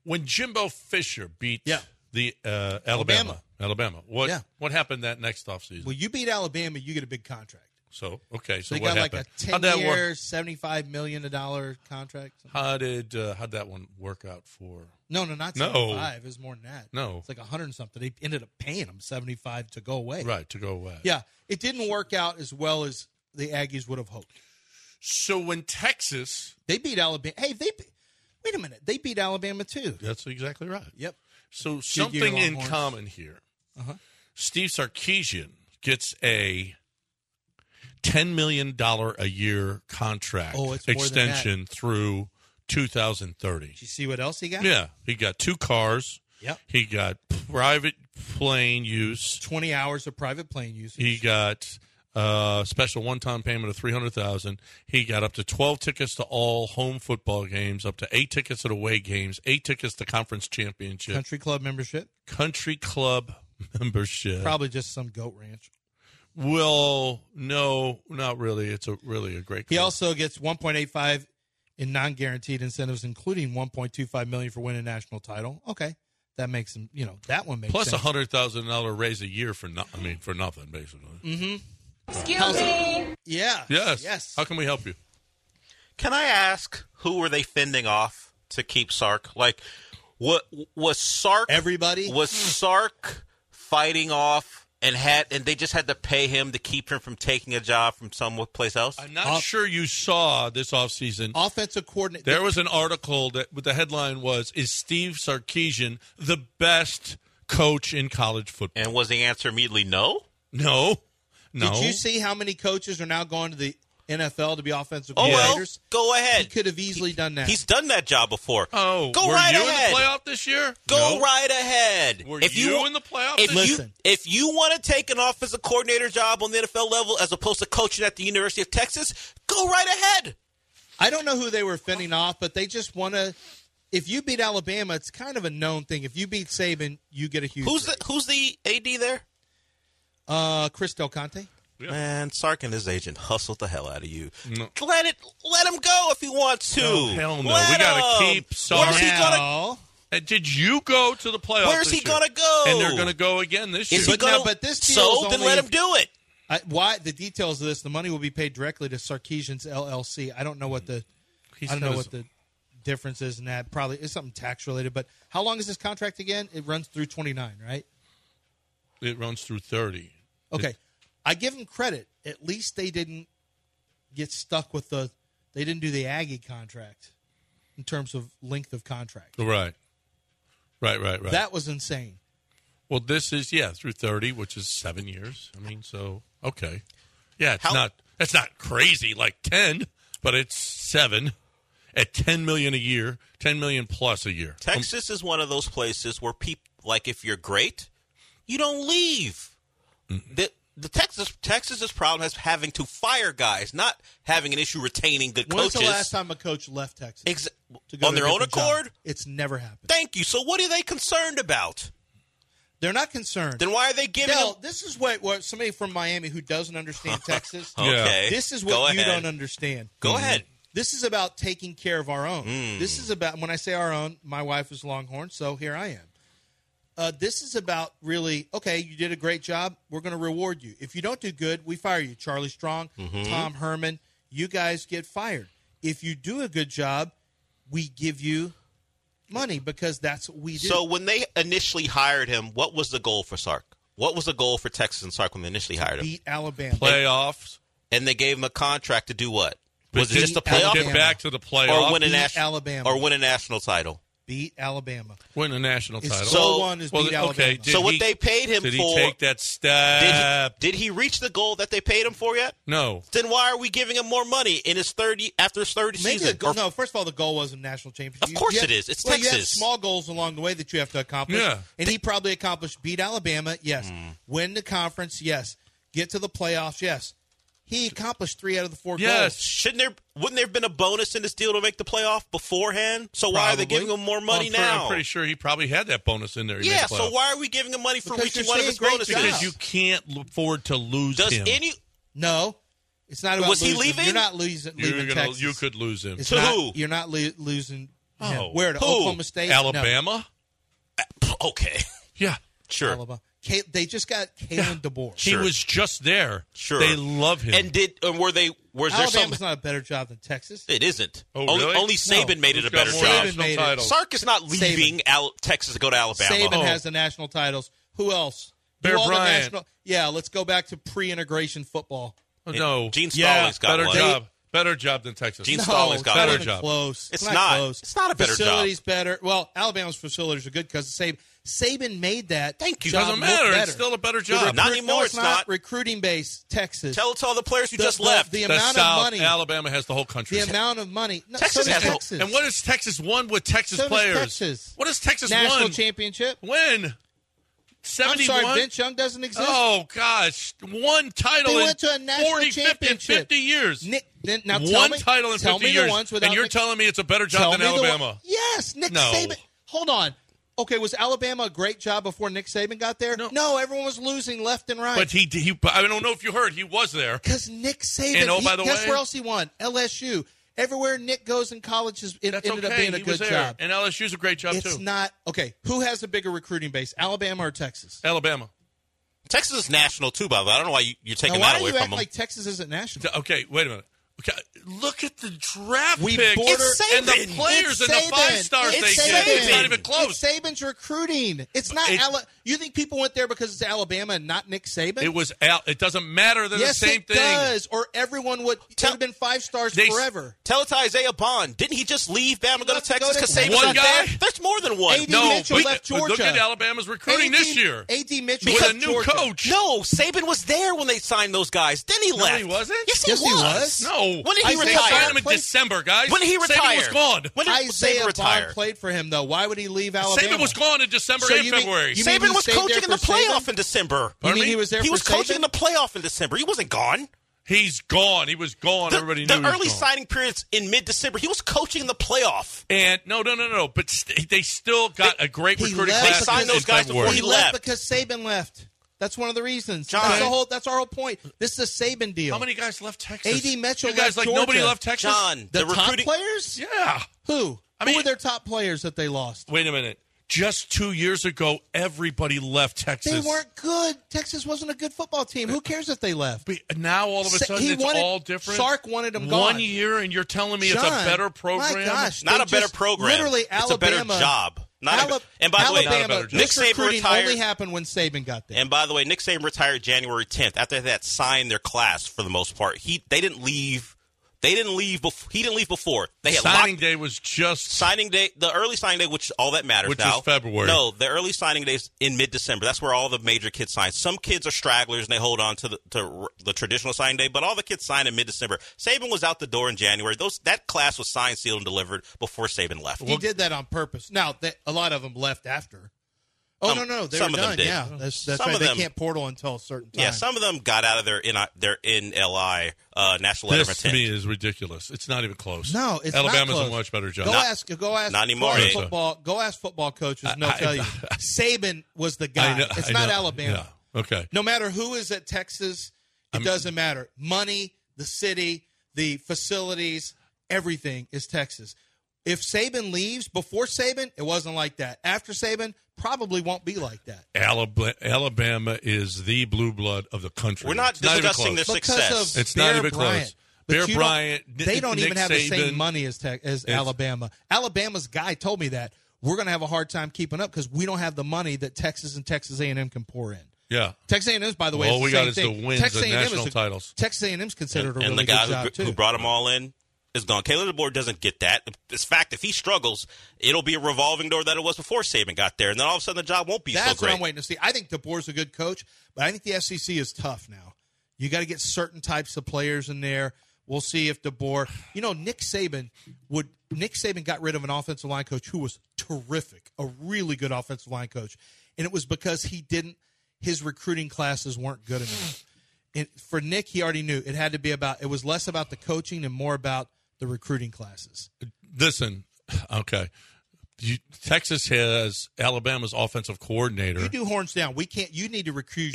B: When Jimbo Fisher beat
E: Yeah.
B: the uh, Alabama,
E: Alabama.
B: Alabama, what
E: Yeah.
B: what happened that next offseason?
E: Well, you beat Alabama, you get a big contract.
B: so okay, so
E: So, they
B: what
E: got like
B: happened?
E: a
B: how'd that
E: ten
B: work?
E: year, seventy five million dollar contract.
B: How did uh, how'd that one work out for?
E: No, no, not
B: No.
E: seventy five. It was more than that.
B: No.
E: it's like a hundred and something. They ended up paying him seventy five to go away.
B: Right to go away.
E: Yeah, it didn't work out as well as the Aggies would have hoped.
B: So when Texas,
E: they beat Alabama. Hey, they be- wait a minute. They beat Alabama too.
B: That's exactly right.
E: Yep.
B: So
E: Good year,
B: something in
E: Longhorns.
B: common here.
E: Uh-huh.
B: Steve Sarkeesian gets a ten million dollar a year contract
E: Oh, it's more than that.
B: extension through two thousand thirty.
E: Did you see what else he got?
B: Yeah, he got two cars.
E: Yep.
B: He got private plane use.
E: twenty hours of private plane use.
B: He got uh special one-time payment of 300,000. He got up to 12 tickets to all home football games, up to 8 tickets to the away games, 8 tickets to conference championship,
E: Country
B: country,
E: club membership,
B: club membership.
E: probably just some goat ranch.
B: Well, no, not really. It's a really a great
E: He also gets 1.85 in non-guaranteed incentives, including 1.25 million for winning a national title. Okay, that makes him. You know that one makes
B: plus a
E: sense.
B: hundred thousand dollar raise a year for no, I mean for nothing basically.
E: Mm-hmm.
Q: Excuse
E: me. Yeah.
B: Yes.
E: Yes.
B: How can we help you?
I: Can I ask who were they fending off to keep Sark? Like, what was Sark?
E: Everybody
I: was Sark fighting off and had, and they just had to pay him to keep him from taking a job from someplace else.
B: I'm
E: Uh,
B: not sure you saw this offseason.
E: Offensive coordinator.
B: There was an article that with the headline was Is Steve Sarkeesian the best coach in college football?
I: And was the answer immediately no?
B: No. No.
E: Did you see how many coaches are now going to the NFL to be offensive
I: Oh, well,
E: coordinators?
I: go ahead.
E: He could have easily done that.
I: He's done that job before.
B: Oh,
I: go
B: were
I: right
B: you
I: ahead.
B: in the playoff this year?
I: Go
B: No.
I: right ahead.
B: Were
I: if you,
B: you
I: wa-
B: in the playoff
I: If
B: this
I: you
B: year?
I: if you want to take an offensive coordinator job on the NFL level as opposed to coaching at the University of Texas, go right ahead.
E: I don't know who they were fending off, but they just want to. If you beat Alabama, it's kind of a known thing. If you beat Saban, you get a huge.
I: Who's
E: raise.
I: the who's the AD there?
E: Uh, Chris Del Conte.
I: Man, Sark and his agent hustled the hell out of you.
B: No.
I: Let it let him go if he wants to.
B: No, hell no.
I: Let
B: we got to
I: him.
B: keep Sark.
I: Where's he gonna
E: Oh.
B: And Did you go to the playoffs?
I: Where's
B: this
I: he
B: year?
I: gonna go?
B: And they're going to go again this year.
I: Is he
E: But no,
I: gonna
E: but this deal
I: So
E: is
I: then
E: only
I: let
E: if-
I: him do it.
E: I, why the details of this? The money will be paid directly to Sarkeesian's LLC. I don't know what the.
B: He's
E: I don't know
B: got
E: what the difference is in that. Probably it's something tax related. But how long is this contract again? It runs through twenty nine, right?
B: It runs through thirty.
E: Okay. I give them credit. At least they didn't get stuck with the they didn't do the Aggie contract in terms of length of contract.
B: Right. Right. Right. Right.
E: That was insane.
B: well, this is yeah through thirty, which is seven years. I mean, so okay. Yeah, it's
I: How-
B: not. That's not crazy like ten, but it's seven at ten million a year, ten million plus a year.
I: Texas is one of those places where people like if you're great, you don't leave.
B: Mm.
I: The the Texas Texas's problem is having to fire guys, not having an issue retaining good
E: When's
I: coaches.
E: the last time a coach left Texas?
I: Ex-
E: to go
I: on
E: to a
I: their own
E: different job?
I: accord?
E: It's never happened.
I: Thank you. So what are they concerned about?
E: They're not concerned.
I: Then why are they giving?
E: Del,
I: them-
E: this is what, what somebody from Miami who doesn't understand Texas.
I: Okay.
E: This is
I: Go
E: what you
I: ahead.
E: don't understand. Mm-hmm.
I: Go ahead.
E: This is about taking care of our own.
I: Mm.
E: This is about when I say our own. My wife is Longhorn, so here I am. Uh, this is about really okay. You did a great job. We're going to reward you. If you don't do good, we fire you. Charlie Strong,
I: Mhm.
E: Tom Herman, you guys get fired. If you do a good job, we give you money because that's what we do.
I: So when they initially hired him, what was the goal for Sark? What was the goal for Texas and Sark when they initially hired him?
E: beat Alabama.
B: Playoffs.
I: And they gave him a contract to do what? Was it
B: Beat
I: just a playoff?
B: Alabama. Get back to the playoff.
I: or win a
B: Beat
I: national
E: Alabama.
I: or win a national title.
E: beat Alabama.
B: Win a national
E: It's
B: title.
E: so- one is beat
B: okay.
E: Alabama.
B: did
I: so what
B: he-
I: they paid him
B: did
I: for?
B: he take that step?
I: did, he, did he reach the goal that they paid him for yet?
B: no.
I: Then why are we giving him more money in his thirty after his thirty
E: Maybe
I: season?
E: the goal,
I: Or-
E: no. First of all, the goal wasn't national championship.
I: Of course
E: You have-
I: it is. It's
E: well, You have
I: Texas.
E: small goals along the way that you have to accomplish.
B: Yeah.
E: and he probably accomplished beat Alabama. Yes, win the conference. Yes, get to the playoffs. Yes, he accomplished three out of the four goals.
I: Shouldn't there? Wouldn't there have been a bonus in this deal to make the playoff beforehand? So why are they
B: Probably.
I: giving him more money
B: Well, I'm pre-
I: now?
B: I'm pretty sure he probably had that bonus in there. He
I: yeah.
B: made the
I: So
B: playoff.
I: why are we giving him money for
E: Because
I: reaching
E: you're
I: one of
E: saying
I: his
E: great
I: bonuses?
E: job.
B: Because you can't afford to lose
I: Does
B: him.
I: any?
E: No, it's not about
I: Was he
E: losing.
I: leaving?
E: You're not losing.
B: You're
E: leaving
B: gonna-
E: Texas.
B: you could lose him.
E: It's
I: To
E: not-
I: who?
E: You're not lo- losing. him.
B: Oh.
E: Where to
B: Who?
E: Oklahoma State, No.
B: Alabama.
I: Okay.
B: Yeah,
I: Sure.
E: Alabama. Ca- they just got Kalen DeBoer.
B: he was just there.
I: Sure.
B: they love him.
I: And did? And were they? Was there some?
E: Alabama's not a better job than Texas.
I: It isn't.
B: Oh,
I: only,
B: really?
I: only Saban
E: No.
I: made it
B: Who's
I: a
B: got
I: better
B: more
I: job.
E: Saban made it.
I: Sark is not leaving Al- Texas to go to Alabama. Oh.
E: Saban has the national titles. Who else? Do
B: Bear
E: all the
B: Bryant.
E: national- yeah, let's go back to pre-integration football.
B: Oh, no,
I: Gene
B: yeah,
I: Stallings got
B: better
I: one.
B: job. Better job than Texas.
I: Gene Stallings got
E: not
B: better
E: even
B: job.
E: Oh, Close.
I: It's not.
E: close.
I: It's not a better job.
E: Facilities better. Well, Alabama's facilities are good because Saban. Saban made that.
I: Thank you.
E: job
B: Doesn't
E: look
B: matter. It's
E: better.
B: still a better
E: The
B: job.
E: recruit-
I: Not anymore,
E: No, it's, not.
I: it's not.
E: Recruiting base, Texas.
I: Tell it to all the players who
E: The-
I: just
E: the-
I: left.
E: The
B: The
E: amount
B: South,
E: of money.
B: Alabama has the whole country.
E: The amount of money. No,
I: Texas
E: so does
I: has a-
E: Texas.
B: And what has Texas won with Texas
E: So does
B: players?
E: Texas.
B: What has Texas
E: National
B: won?
E: championship.
B: When?
E: I'm
B: 71?
E: sorry, Vince Young doesn't exist.
B: Oh, gosh. One title
E: They
B: in
E: went to a national
B: 40, 50, and
E: championship.
B: 50 years.
E: Nick, then- now tell
B: one
E: me-
B: title in
E: tell
B: 50
E: me the
B: years.
E: ones without
B: and you're
E: Nick-
B: telling me it's a better
E: Tell
B: job
E: me
B: than
E: the one-
B: Alabama.
E: yes, Nick
B: No.
E: Saban. Hold on. Okay, was Alabama a great job before Nick Saban got there? No, everyone was losing left and right.
B: But he, he, I don't know if you heard, he was there.
E: because Nick Saban,
B: And oh,
E: he-
B: by the
E: guess
B: way-
E: where else he won? LSU. Everywhere Nick goes in college, is, it
B: That's
E: ended
B: okay.
E: up being a
B: he was
E: good
B: there.
E: job.
B: And LSU's a great job,
E: It's
B: too.
E: not okay. Who has a bigger recruiting base, Alabama or Texas?
B: Alabama.
I: Texas is national too, by the way. I don't know why you, you're taking
E: now, why
I: that
E: do
I: away
E: you
I: from
E: act
I: them.
E: like Texas isn't national?
B: D- Okay, wait a minute. Okay, look at the draft
E: We
B: picks
E: border-
I: It's
B: and the
I: Saban.
B: players and the five stars
E: It's
B: they
E: Saban.
B: get. It's not even
E: It's
B: close.
E: Saban's recruiting. It's not.
B: It-
E: Ala- you think people went there because it's Alabama and not Nick Saban?
B: It was Al. It doesn't matter. They're
E: yes,
B: the same
E: it
B: thing.
E: does. Or everyone would. it would have been five stars
B: They-
E: forever.
I: Tell it to Isaiah Bond. Didn't he just leave Bama to go to
E: left to
I: Texas
E: go to
I: because Saban's
B: One
I: not
B: guy?
I: there? There's more than one.
E: AD
B: No,
E: Mitchell
B: we-
E: left
B: but
E: Georgia.
B: Look at Alabama's recruiting
E: AD
B: this year.
E: Ad Mitchell
B: With a
E: left
B: new
E: Georgia.
B: coach.
I: No, Saban was there when they signed those guys. Then he
B: No,
I: left.
B: he wasn't.
I: Yes, he
E: Yes, he
I: was.
E: was.
B: No.
I: When did
E: I
I: he
E: think
B: They
I: retire?
B: signed him in
E: Played-
B: December, guys.
I: When did he
B: Saban
I: retire?
B: was gone.
I: When did
E: Isaiah
I: Saban retire?
E: Bond played for him though. Why would he leave Alabama?
B: Saban was gone in December
E: So
B: and
E: you mean-
B: February.
E: you mean
I: Saban
E: he
I: was
E: stayed there
I: coaching in the
E: for Saban?
I: playoff in December.
E: You mean he was there
I: He
E: for
I: was coaching
E: Saban?
I: in the playoff in December. He wasn't gone.
B: He's gone. He was gone.
I: The,
B: Everybody
I: the
B: knew. he was
I: early
B: gone.
I: signing periods in mid-December, he was coaching in the playoff.
B: And no, no, no, no. But st- they still got a great
E: He
B: recruiting
E: left
B: class.
E: because- They signed
B: in
I: those guys
B: February.
I: before
E: He
I: he
E: left
I: left.
E: because Saban left. That's one of the reasons.
I: John.
E: That's the whole. That's our whole point. This is a Saban deal.
B: How many guys left Texas?
E: AD Mitchell
B: You guys
E: left
B: like nobody
E: Georgia.
B: left Texas.
I: John,
E: the,
I: the,
E: top
I: recruiting
E: players?
B: Yeah.
E: Who?
B: I
E: Who
B: mean-
E: were their top players that they lost?
B: Wait a minute. Just two years ago, everybody left Texas.
E: They weren't good. Texas wasn't a good football team. Who cares if they left?
B: Be- Now all of a
E: Sa-
B: sudden,
E: he
B: it's
E: wanted-
B: all different.
E: Sark wanted him
B: One
E: gone.
B: year, and you're telling me it's
E: John,
B: a better program.
E: My gosh,
I: Not
E: they
I: a better
E: just-
I: program.
E: Literally,
I: It's a better
E: Alabama.
I: job. Not a-
E: Ala-
I: and by the way-
E: Alabama,
I: Not a
B: better job.
E: this
I: Nick Saban
E: recruiting
I: retired-
E: only happened when Saban got there.
I: And by the way, Nick Saban retired January 10th after they had signed their class for the most part. He they didn't leave. They didn't leave before. He didn't leave before. They had
B: signing
I: locked,
B: day was just
I: signing day, the early signing day, which is all that matters
B: Which
I: now.
B: is February.
I: No, the early signing days in mid December. That's where all the major kids sign. Some kids are stragglers and they hold on to the to r- the traditional signing day, but all the kids sign in mid December. Saban was out the door in January. Those that class was signed, sealed, and delivered before Saban left.
E: he did that on purpose. Now, that, a lot of them left after. Oh um, no, no, they some were of done. Them did. Yeah, that's, that's right. They them, can't portal until a certain time.
I: Yeah, some of them got out of their in uh, their NLI uh, national letter
B: this to me is ridiculous. It's not even close.
E: No, it's
B: Alabama's
E: not
B: a much better job.
E: Go not, ask, go ask,
I: not anymore.
E: Go ask football, go ask football coaches. I, no, I, tell you, I, Saban was the guy. Know, it's not know, Alabama.
B: Yeah, okay.
E: No matter who is at Texas, it I'm, doesn't matter. Money, the city, the facilities, everything is Texas. If Saban leaves before Saban, it wasn't like that. After Saban, probably won't be like that.
B: Alabama, Alabama is the blue blood of the country.
I: We're not
B: it's
I: discussing
B: not
I: their success.
B: It's Bear not even close.
E: Bryant.
B: Bear Bryant,
E: don't, they don't
B: Nick
E: even have
B: Saban.
E: the same money as tech, as it's, Alabama. Alabama's guy told me that we're going to have a hard time keeping up because we don't have the money that Texas and Texas A and M can pour in.
B: Yeah,
E: Texas A&M, by the way,
B: all
E: the
B: we got is
E: thing.
B: the wins
E: Texas
B: of
E: A&M
B: national
E: is a,
B: titles.
E: Texas A&M's considered
I: and,
E: a really
I: and the guy
E: good job
I: who,
E: too.
I: who brought them all in is gone. Caleb DeBoer doesn't get that. It's fact. If he struggles, it'll be a revolving door that it was before Saban got there, and then all of a sudden the job won't be
E: That's
I: so great.
E: what I'm waiting to see. I think DeBoer's a good coach, but I think the SEC is tough now. You got to get certain types of players in there. We'll see if DeBoer. You know, Nick Saban would. Nick Saban got rid of an offensive line coach who was terrific, a really good offensive line coach, and it was because he didn't. His recruiting classes weren't good enough. And for Nick, he already knew it had to be about. It was less about the coaching and more about the recruiting classes.
B: Listen, okay. You, Texas has Alabama's offensive coordinator.
E: You do horns down. We can't. You need to recruit.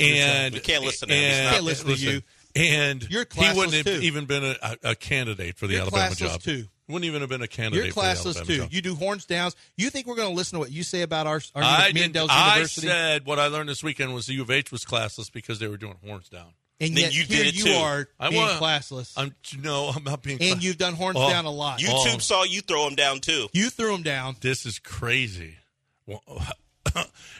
E: Yourself.
B: And
I: we can't listen to him. He's
B: and,
I: not-
E: can't listen to you.
B: And
E: You're
B: he
E: classless,
B: wouldn't have
E: too.
B: even been a, a candidate for the
E: You're
B: Alabama
E: classless,
B: job.
E: too.
B: Wouldn't even have been a candidate.
E: You're
B: for the
E: classless
B: Alabama
E: too.
B: Job.
E: You do horns downs. You think we're going to listen to what you say about our, our
B: I, didn't-
E: Mandel's
B: I
E: University?
B: said what I learned this weekend was the U of H was classless because they were doing horns down.
E: and
I: Then
E: yet
I: you
E: here
I: did it
E: you
I: too.
E: are
B: I
E: being
B: wa-
E: classless,
B: I'm no, I'm not being.
E: and
B: class-
E: you've done horns
B: Oh.
E: down a lot. You,
I: YouTube
B: Oh.
I: saw you throw him down too.
E: threw him down.
B: This is crazy. Well,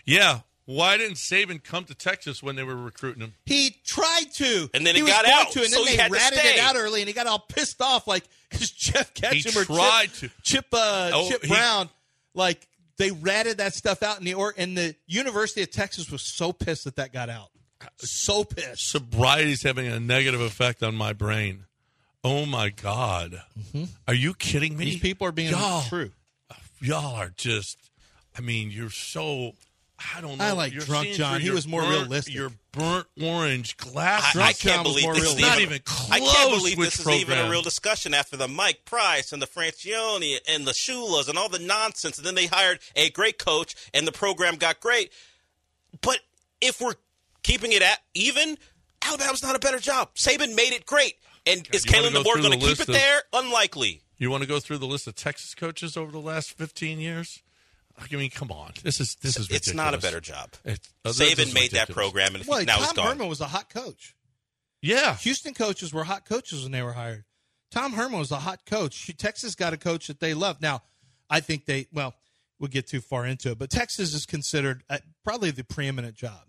B: yeah. Why didn't Saban come to Texas when they were recruiting him?
E: He tried to,
I: And then
E: he
I: it
E: was
I: got
E: going
I: out,
E: to, and
I: so
E: then
I: he
E: they
I: had to
E: ratted
I: stay.
E: it out early, and he got all pissed off, like because Jeff Ketchum or
B: tried
E: Chip,
B: to.
E: Chip, uh,
B: Oh,
E: Chip
B: he-
E: Brown, like they ratted that stuff out in the or, and the University of Texas was so pissed that that got out, so pissed.
B: Sobriety is having a negative effect on my brain. Oh my God. Are you kidding me?
E: Mm-hmm. These people are being
B: y'all,
E: true.
B: Y'all are just, I mean, you're so, I don't know.
E: I like
B: You're
E: drunk
B: seeing
E: John.
B: through
E: He
B: your
E: was more
B: burnt-
E: realistic.
B: Your burnt orange glasses.
I: I, I
E: Drunk John
I: can't
E: was
I: believe
E: more
I: this is
E: realistic.
I: even,
B: Not even
I: I can't
B: close
I: believe
B: with
I: this is even
B: program.
I: a real discussion after the Mike Price and the Francione and the Shulas and all the nonsense. And then they hired a great coach, and the program got great. But if we're keeping it at even, Alabama's not a better job. Saban made it great, and is
B: you wanna
I: Kalen
B: go
I: DeBoer
B: through
I: going to
B: the
I: keep
B: list
I: it
B: of-
I: there? Unlikely.
B: you want to go through the list of Texas coaches over the last 15 years? I mean, come on. This is, this is ridiculous.
I: It's not a better job.
B: It's- uh, this
I: Saban
B: is
I: made that
B: ridiculous.
I: program, and
E: Well,
I: now
E: Tom
I: it's gone.
E: Herman was a hot coach.
B: Yeah.
E: Houston coaches were hot coaches when they were hired. Tom Herman was a hot coach. Texas got a coach that they loved. Now, I think they well, we'll get too far into it, but Texas is considered uh, probably the preeminent job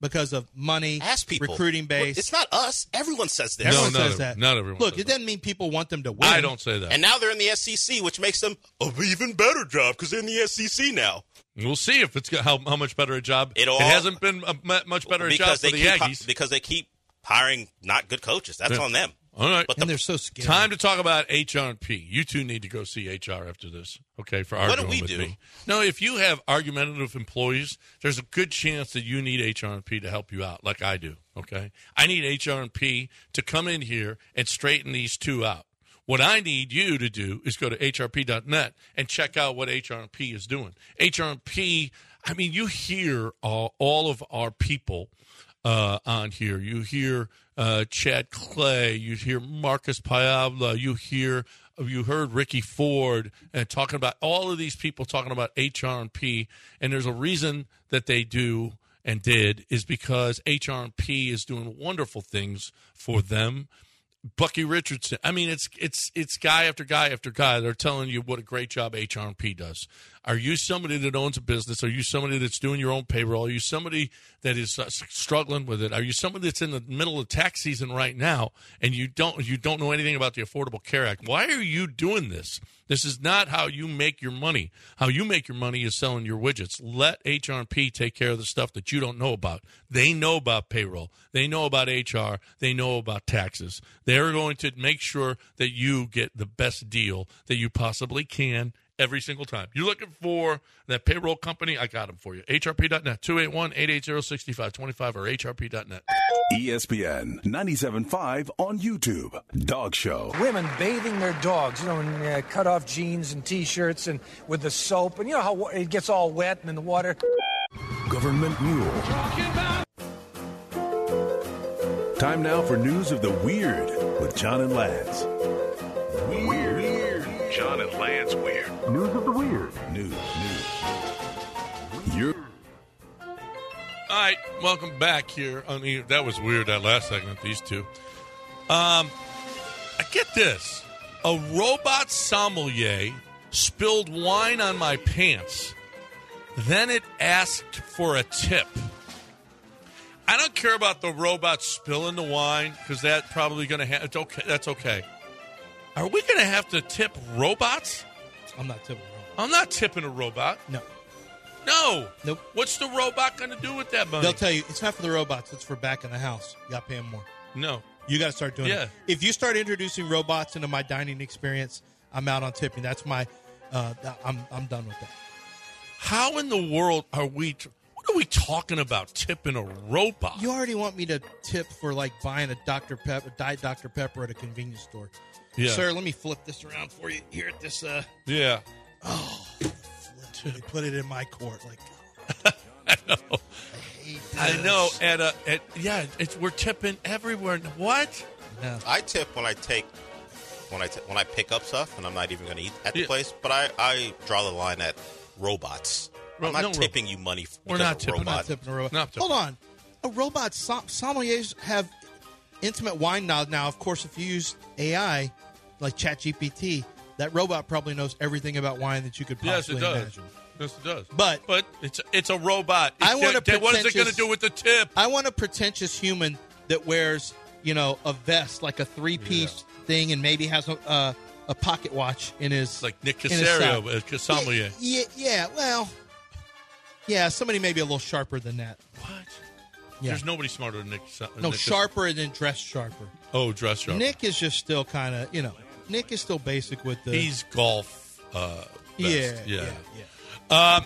E: because of money,
I: Ask people.
E: recruiting base.
I: It's not us. Everyone says this.
E: everyone
B: No, not
E: says
B: every-
E: that.
B: not everyone
E: Look,
B: says
E: it
B: that.
E: doesn't mean people want them to win.
B: I don't say that.
I: And now they're in the SEC, which makes them an even better job because they're in the SEC now.
B: We'll see if it's got- how, how much better a job.
I: It all-
B: hasn't been a mu- much better a
I: because
B: job for
I: they
B: the
I: keep hi-
B: Aggies.
I: because they keep hiring not good coaches. That's
B: Yeah.
I: on them.
B: All right.
I: But
E: And
I: the,
E: they're so scared.
B: Time to talk about HR and P. You two need to go see HR after this, okay? For
I: What do
B: arguing
I: we
B: with
I: do?
B: me. No, if you have argumentative employees, there's a good chance that you need HR and P to help you out, like I do. Okay, I need HR and P to come in here and straighten these two out. What I need you to do is go to hrp.net and check out what HRP is doing. HRP, I mean, you hear all, all of our people uh, on here. You hear uh, Chad Clay. You hear Marcus Piabla. You hear you heard Ricky Ford and talking about all of these people talking about HRP, and there's a reason that they do and did is because HRP is doing wonderful things for them. Bucky Richardson. I mean, it's it's it's guy after guy after guy. They're telling you what a great job HRP does. Are you somebody that owns a business? Are you somebody that's doing your own payroll? Are you somebody that is uh, s- struggling with it? Are you somebody that's in the middle of tax season right now and you don't you don't know anything about the Affordable Care Act? Why are you doing this? This is not how you make your money. How you make your money is selling your widgets. Let HRP take care of the stuff that you don't know about. They know about payroll. They know about HR. They know about taxes. They're going to make sure that you get the best deal that you possibly can every single time. You're looking for that payroll company? I got them for you. HRP.net, 281 880 6525 or HRP.net.
M: E ESPN 97.5 on YouTube. Dog Show.
R: Women bathing their dogs, you know, in uh, cut off jeans and t shirts and with the soap. And you know how it gets all wet and in the water.
M: Government Mule. Time now for news of the weird with John and Lance.
C: Weird. weird. John and Lance Weird.
M: News of the weird. News. News. You're.
B: All right, welcome back here. I mean, that was weird that last segment. These two. Um, I get this: a robot sommelier spilled wine on my pants. Then it asked for a tip. I don't care about the robot spilling the wine because that's probably going to happen. Okay, that's okay. Are we going to have to tip robots?
E: I'm not tipping. A robot.
B: I'm not tipping a robot.
E: No.
B: No.
E: Nope.
B: What's the robot going to do with that money?
E: They'll tell you it's not for the robots. It's for back in the house. You got to pay them more.
B: No.
E: You got to start doing
B: yeah.
E: it. If you start introducing robots into my dining experience, I'm out on tipping. That's my. Uh, I'm I'm done with that.
B: How in the world are we? T- what are we talking about tipping a robot?
E: You already want me to tip for like buying a Dr Pepper, diet Dr Pepper at a convenience store.
B: Yeah.
E: Sir, let me flip this around for you here at this. uh
B: Yeah.
E: Oh, they put it in my court. Like,
B: I know. I, I know. At a, at yeah, it's we're tipping everywhere. What?
E: No.
I: I tip when I take when I t- when I pick up stuff, and I'm not even going to eat at the yeah. place. But I I draw the line at robots. Ro- I'm not no tipping ro- you money.
B: We're not tipping.
E: Robot. Not tipping a robot. Not tipping. Hold on. A robot som- sommeliers have intimate wine knowledge now. Of course, if you use AI like ChatGPT, that robot probably knows everything about wine that you could possibly
B: yes, it does.
E: imagine.
B: Yes, it does.
E: But
B: but it's it's a robot. It's
E: I want
B: that, What is it going to do with the tip?
E: I want a pretentious human that wears you know a vest like a three piece yeah. thing and maybe has a. Uh, a pocket watch in his
B: like Nick Casario, uh, sommelier.
E: Yeah, yeah, yeah, well, yeah. Somebody maybe a little sharper than that.
B: What?
E: Yeah.
B: There's nobody smarter than Nick.
E: No,
B: Nick
E: sharper and then dress sharper.
B: Oh, dress sharper.
E: Nick is just still kind of you know. Nick is still basic with the.
B: He's golf. Uh,
E: yeah,
B: yeah, yeah, yeah. Um,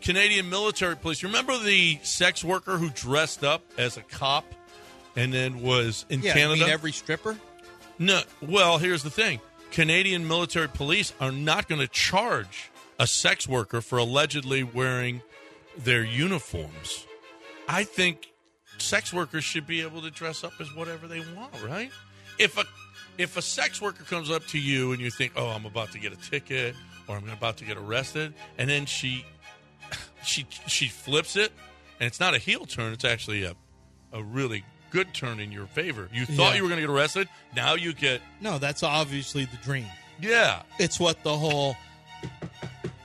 B: Canadian military police. Remember the sex worker who dressed up as a cop and then was in
E: yeah,
B: Canada?
E: I mean every stripper.
B: No. Well, here's the thing. Canadian military police are not going to charge a sex worker for allegedly wearing their uniforms. I think sex workers should be able to dress up as whatever they want, right? If a if a sex worker comes up to you and you think, "Oh, I'm about to get a ticket or I'm about to get arrested," and then she she she flips it and it's not a heel turn, it's actually a a really good turn in your favor. You thought yeah. you were going to get arrested. Now you get.
E: No, that's obviously the dream.
B: Yeah.
E: It's what the whole.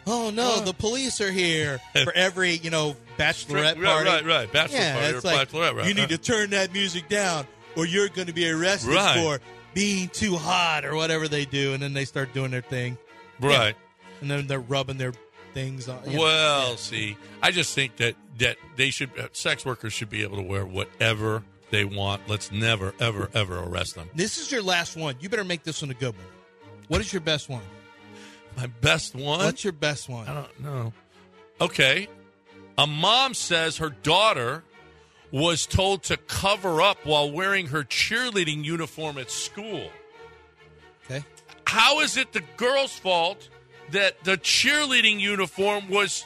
E: Oh no, oh. the police are here for every you know bachelorette
B: right,
E: party.
B: Right, right, bachelorette
E: yeah,
B: party or like, bachelorette. Right,
E: you need to turn that music down, or you're going to be arrested
B: right.
E: for being too hot or whatever they do, and then they start doing their thing.
B: Right.
E: Yeah. And then they're rubbing their things on. You know,
B: well,
E: yeah.
B: see, I just think that that they should uh, sex workers should be able to wear whatever they want. Let's never, ever, ever arrest them.
E: This is your last one. You better make this one a good one. What is your best one?
B: My best one?
E: What's your best one?
B: I don't know. Okay. A mom says her daughter was told to cover up while wearing her cheerleading uniform at school.
E: Okay.
B: How is it the girl's fault that the cheerleading uniform was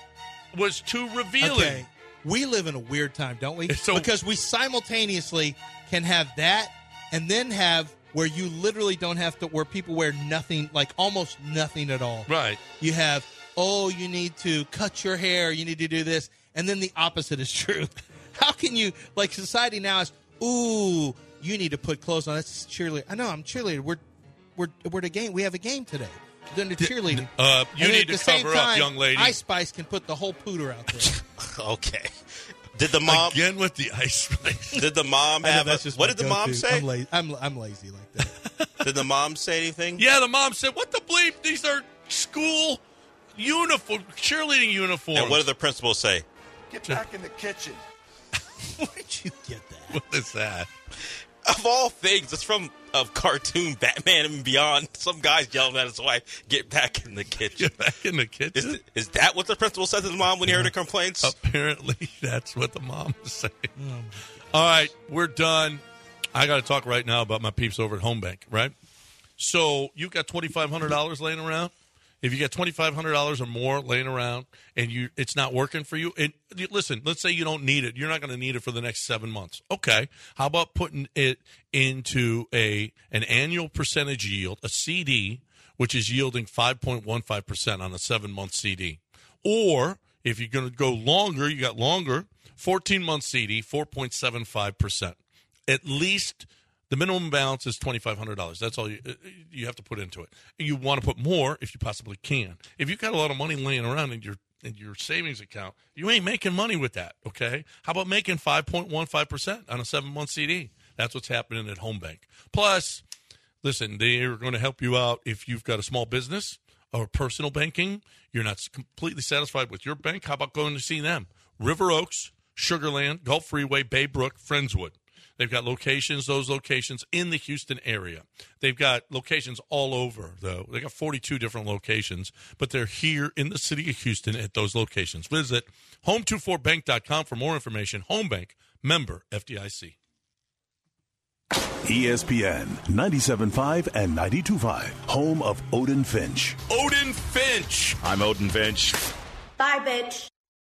B: was too revealing?
E: Okay we live in a weird time, don't we?
B: So,
E: because we simultaneously can have that and then have where you literally don't have to where people wear nothing like almost nothing at all.
B: Right.
E: You have oh, you need to cut your hair, you need to do this, and then the opposite is true. How can you like society now is ooh, you need to put clothes on. That's cheerleader. I know I'm cheerleader. We're we're we're the game. We have a game today than the cheerleading.
B: Uh, you
E: and
B: need to cover
E: time,
B: up, young lady.
E: Ice Spice can put the whole pooter out
I: there. okay. Did the mom
B: again with the Ice Spice?
I: Did the mom have? A, what did the
E: go-to.
I: mom say?
E: I'm, la- I'm, I'm, lazy like that.
I: did the mom say anything?
B: Yeah, the mom said, "What the bleep? These are school uniform cheerleading uniforms."
I: And what did the principal say?
S: Get back in the kitchen.
E: Where'd you get that?
B: What is that?
I: of all things, it's from a cartoon Batman and Beyond. Some guy's yelling at his wife, "Get back in the kitchen!
B: Get back in the kitchen!"
I: Is, is that what the principal said to the mom when he heard her complaints?
B: Oh, Apparently, that's what the mom was saying. Oh all right, we're done. I got to talk right now about my peeps over at Home Bank. Right, so you've got twenty five hundred dollars laying around. If you got twenty five hundred dollars or more laying around and you it's not working for you, and listen, let's say you don't need it, you're not going to need it for the next seven months. Okay, how about putting it into a an annual percentage yield, a CD, which is yielding five point one five percent on a seven month CD, or if you're going to go longer, you got longer, fourteen month CD, four point seven five percent, at least. The minimum balance is twenty five hundred dollars. That's all you uh, you have to put into it. You want to put more if you possibly can. If you've got a lot of money laying around in your in your savings account, you ain't making money with that. Okay, how about making five point one five percent on a seven month CD? That's what's happening at Home Bank. Plus, listen, they're going to help you out if you've got a small business or personal banking. You're not completely satisfied with your bank. How about going to see them? River Oaks, Sugarland, Gulf Freeway, Baybrook, Friendswood. They've got locations, those locations in the Houston area. They've got locations all over, though. They've got 42 different locations, but they're here in the city of Houston at those locations. Visit home24bank.com for more information. Home Bank, member FDIC.
M: E ESPN 97.5 and 92.5, home of Odin Finch.
I: Odin Finch!
S: I'm Odin Finch.
N: Bye, bitch.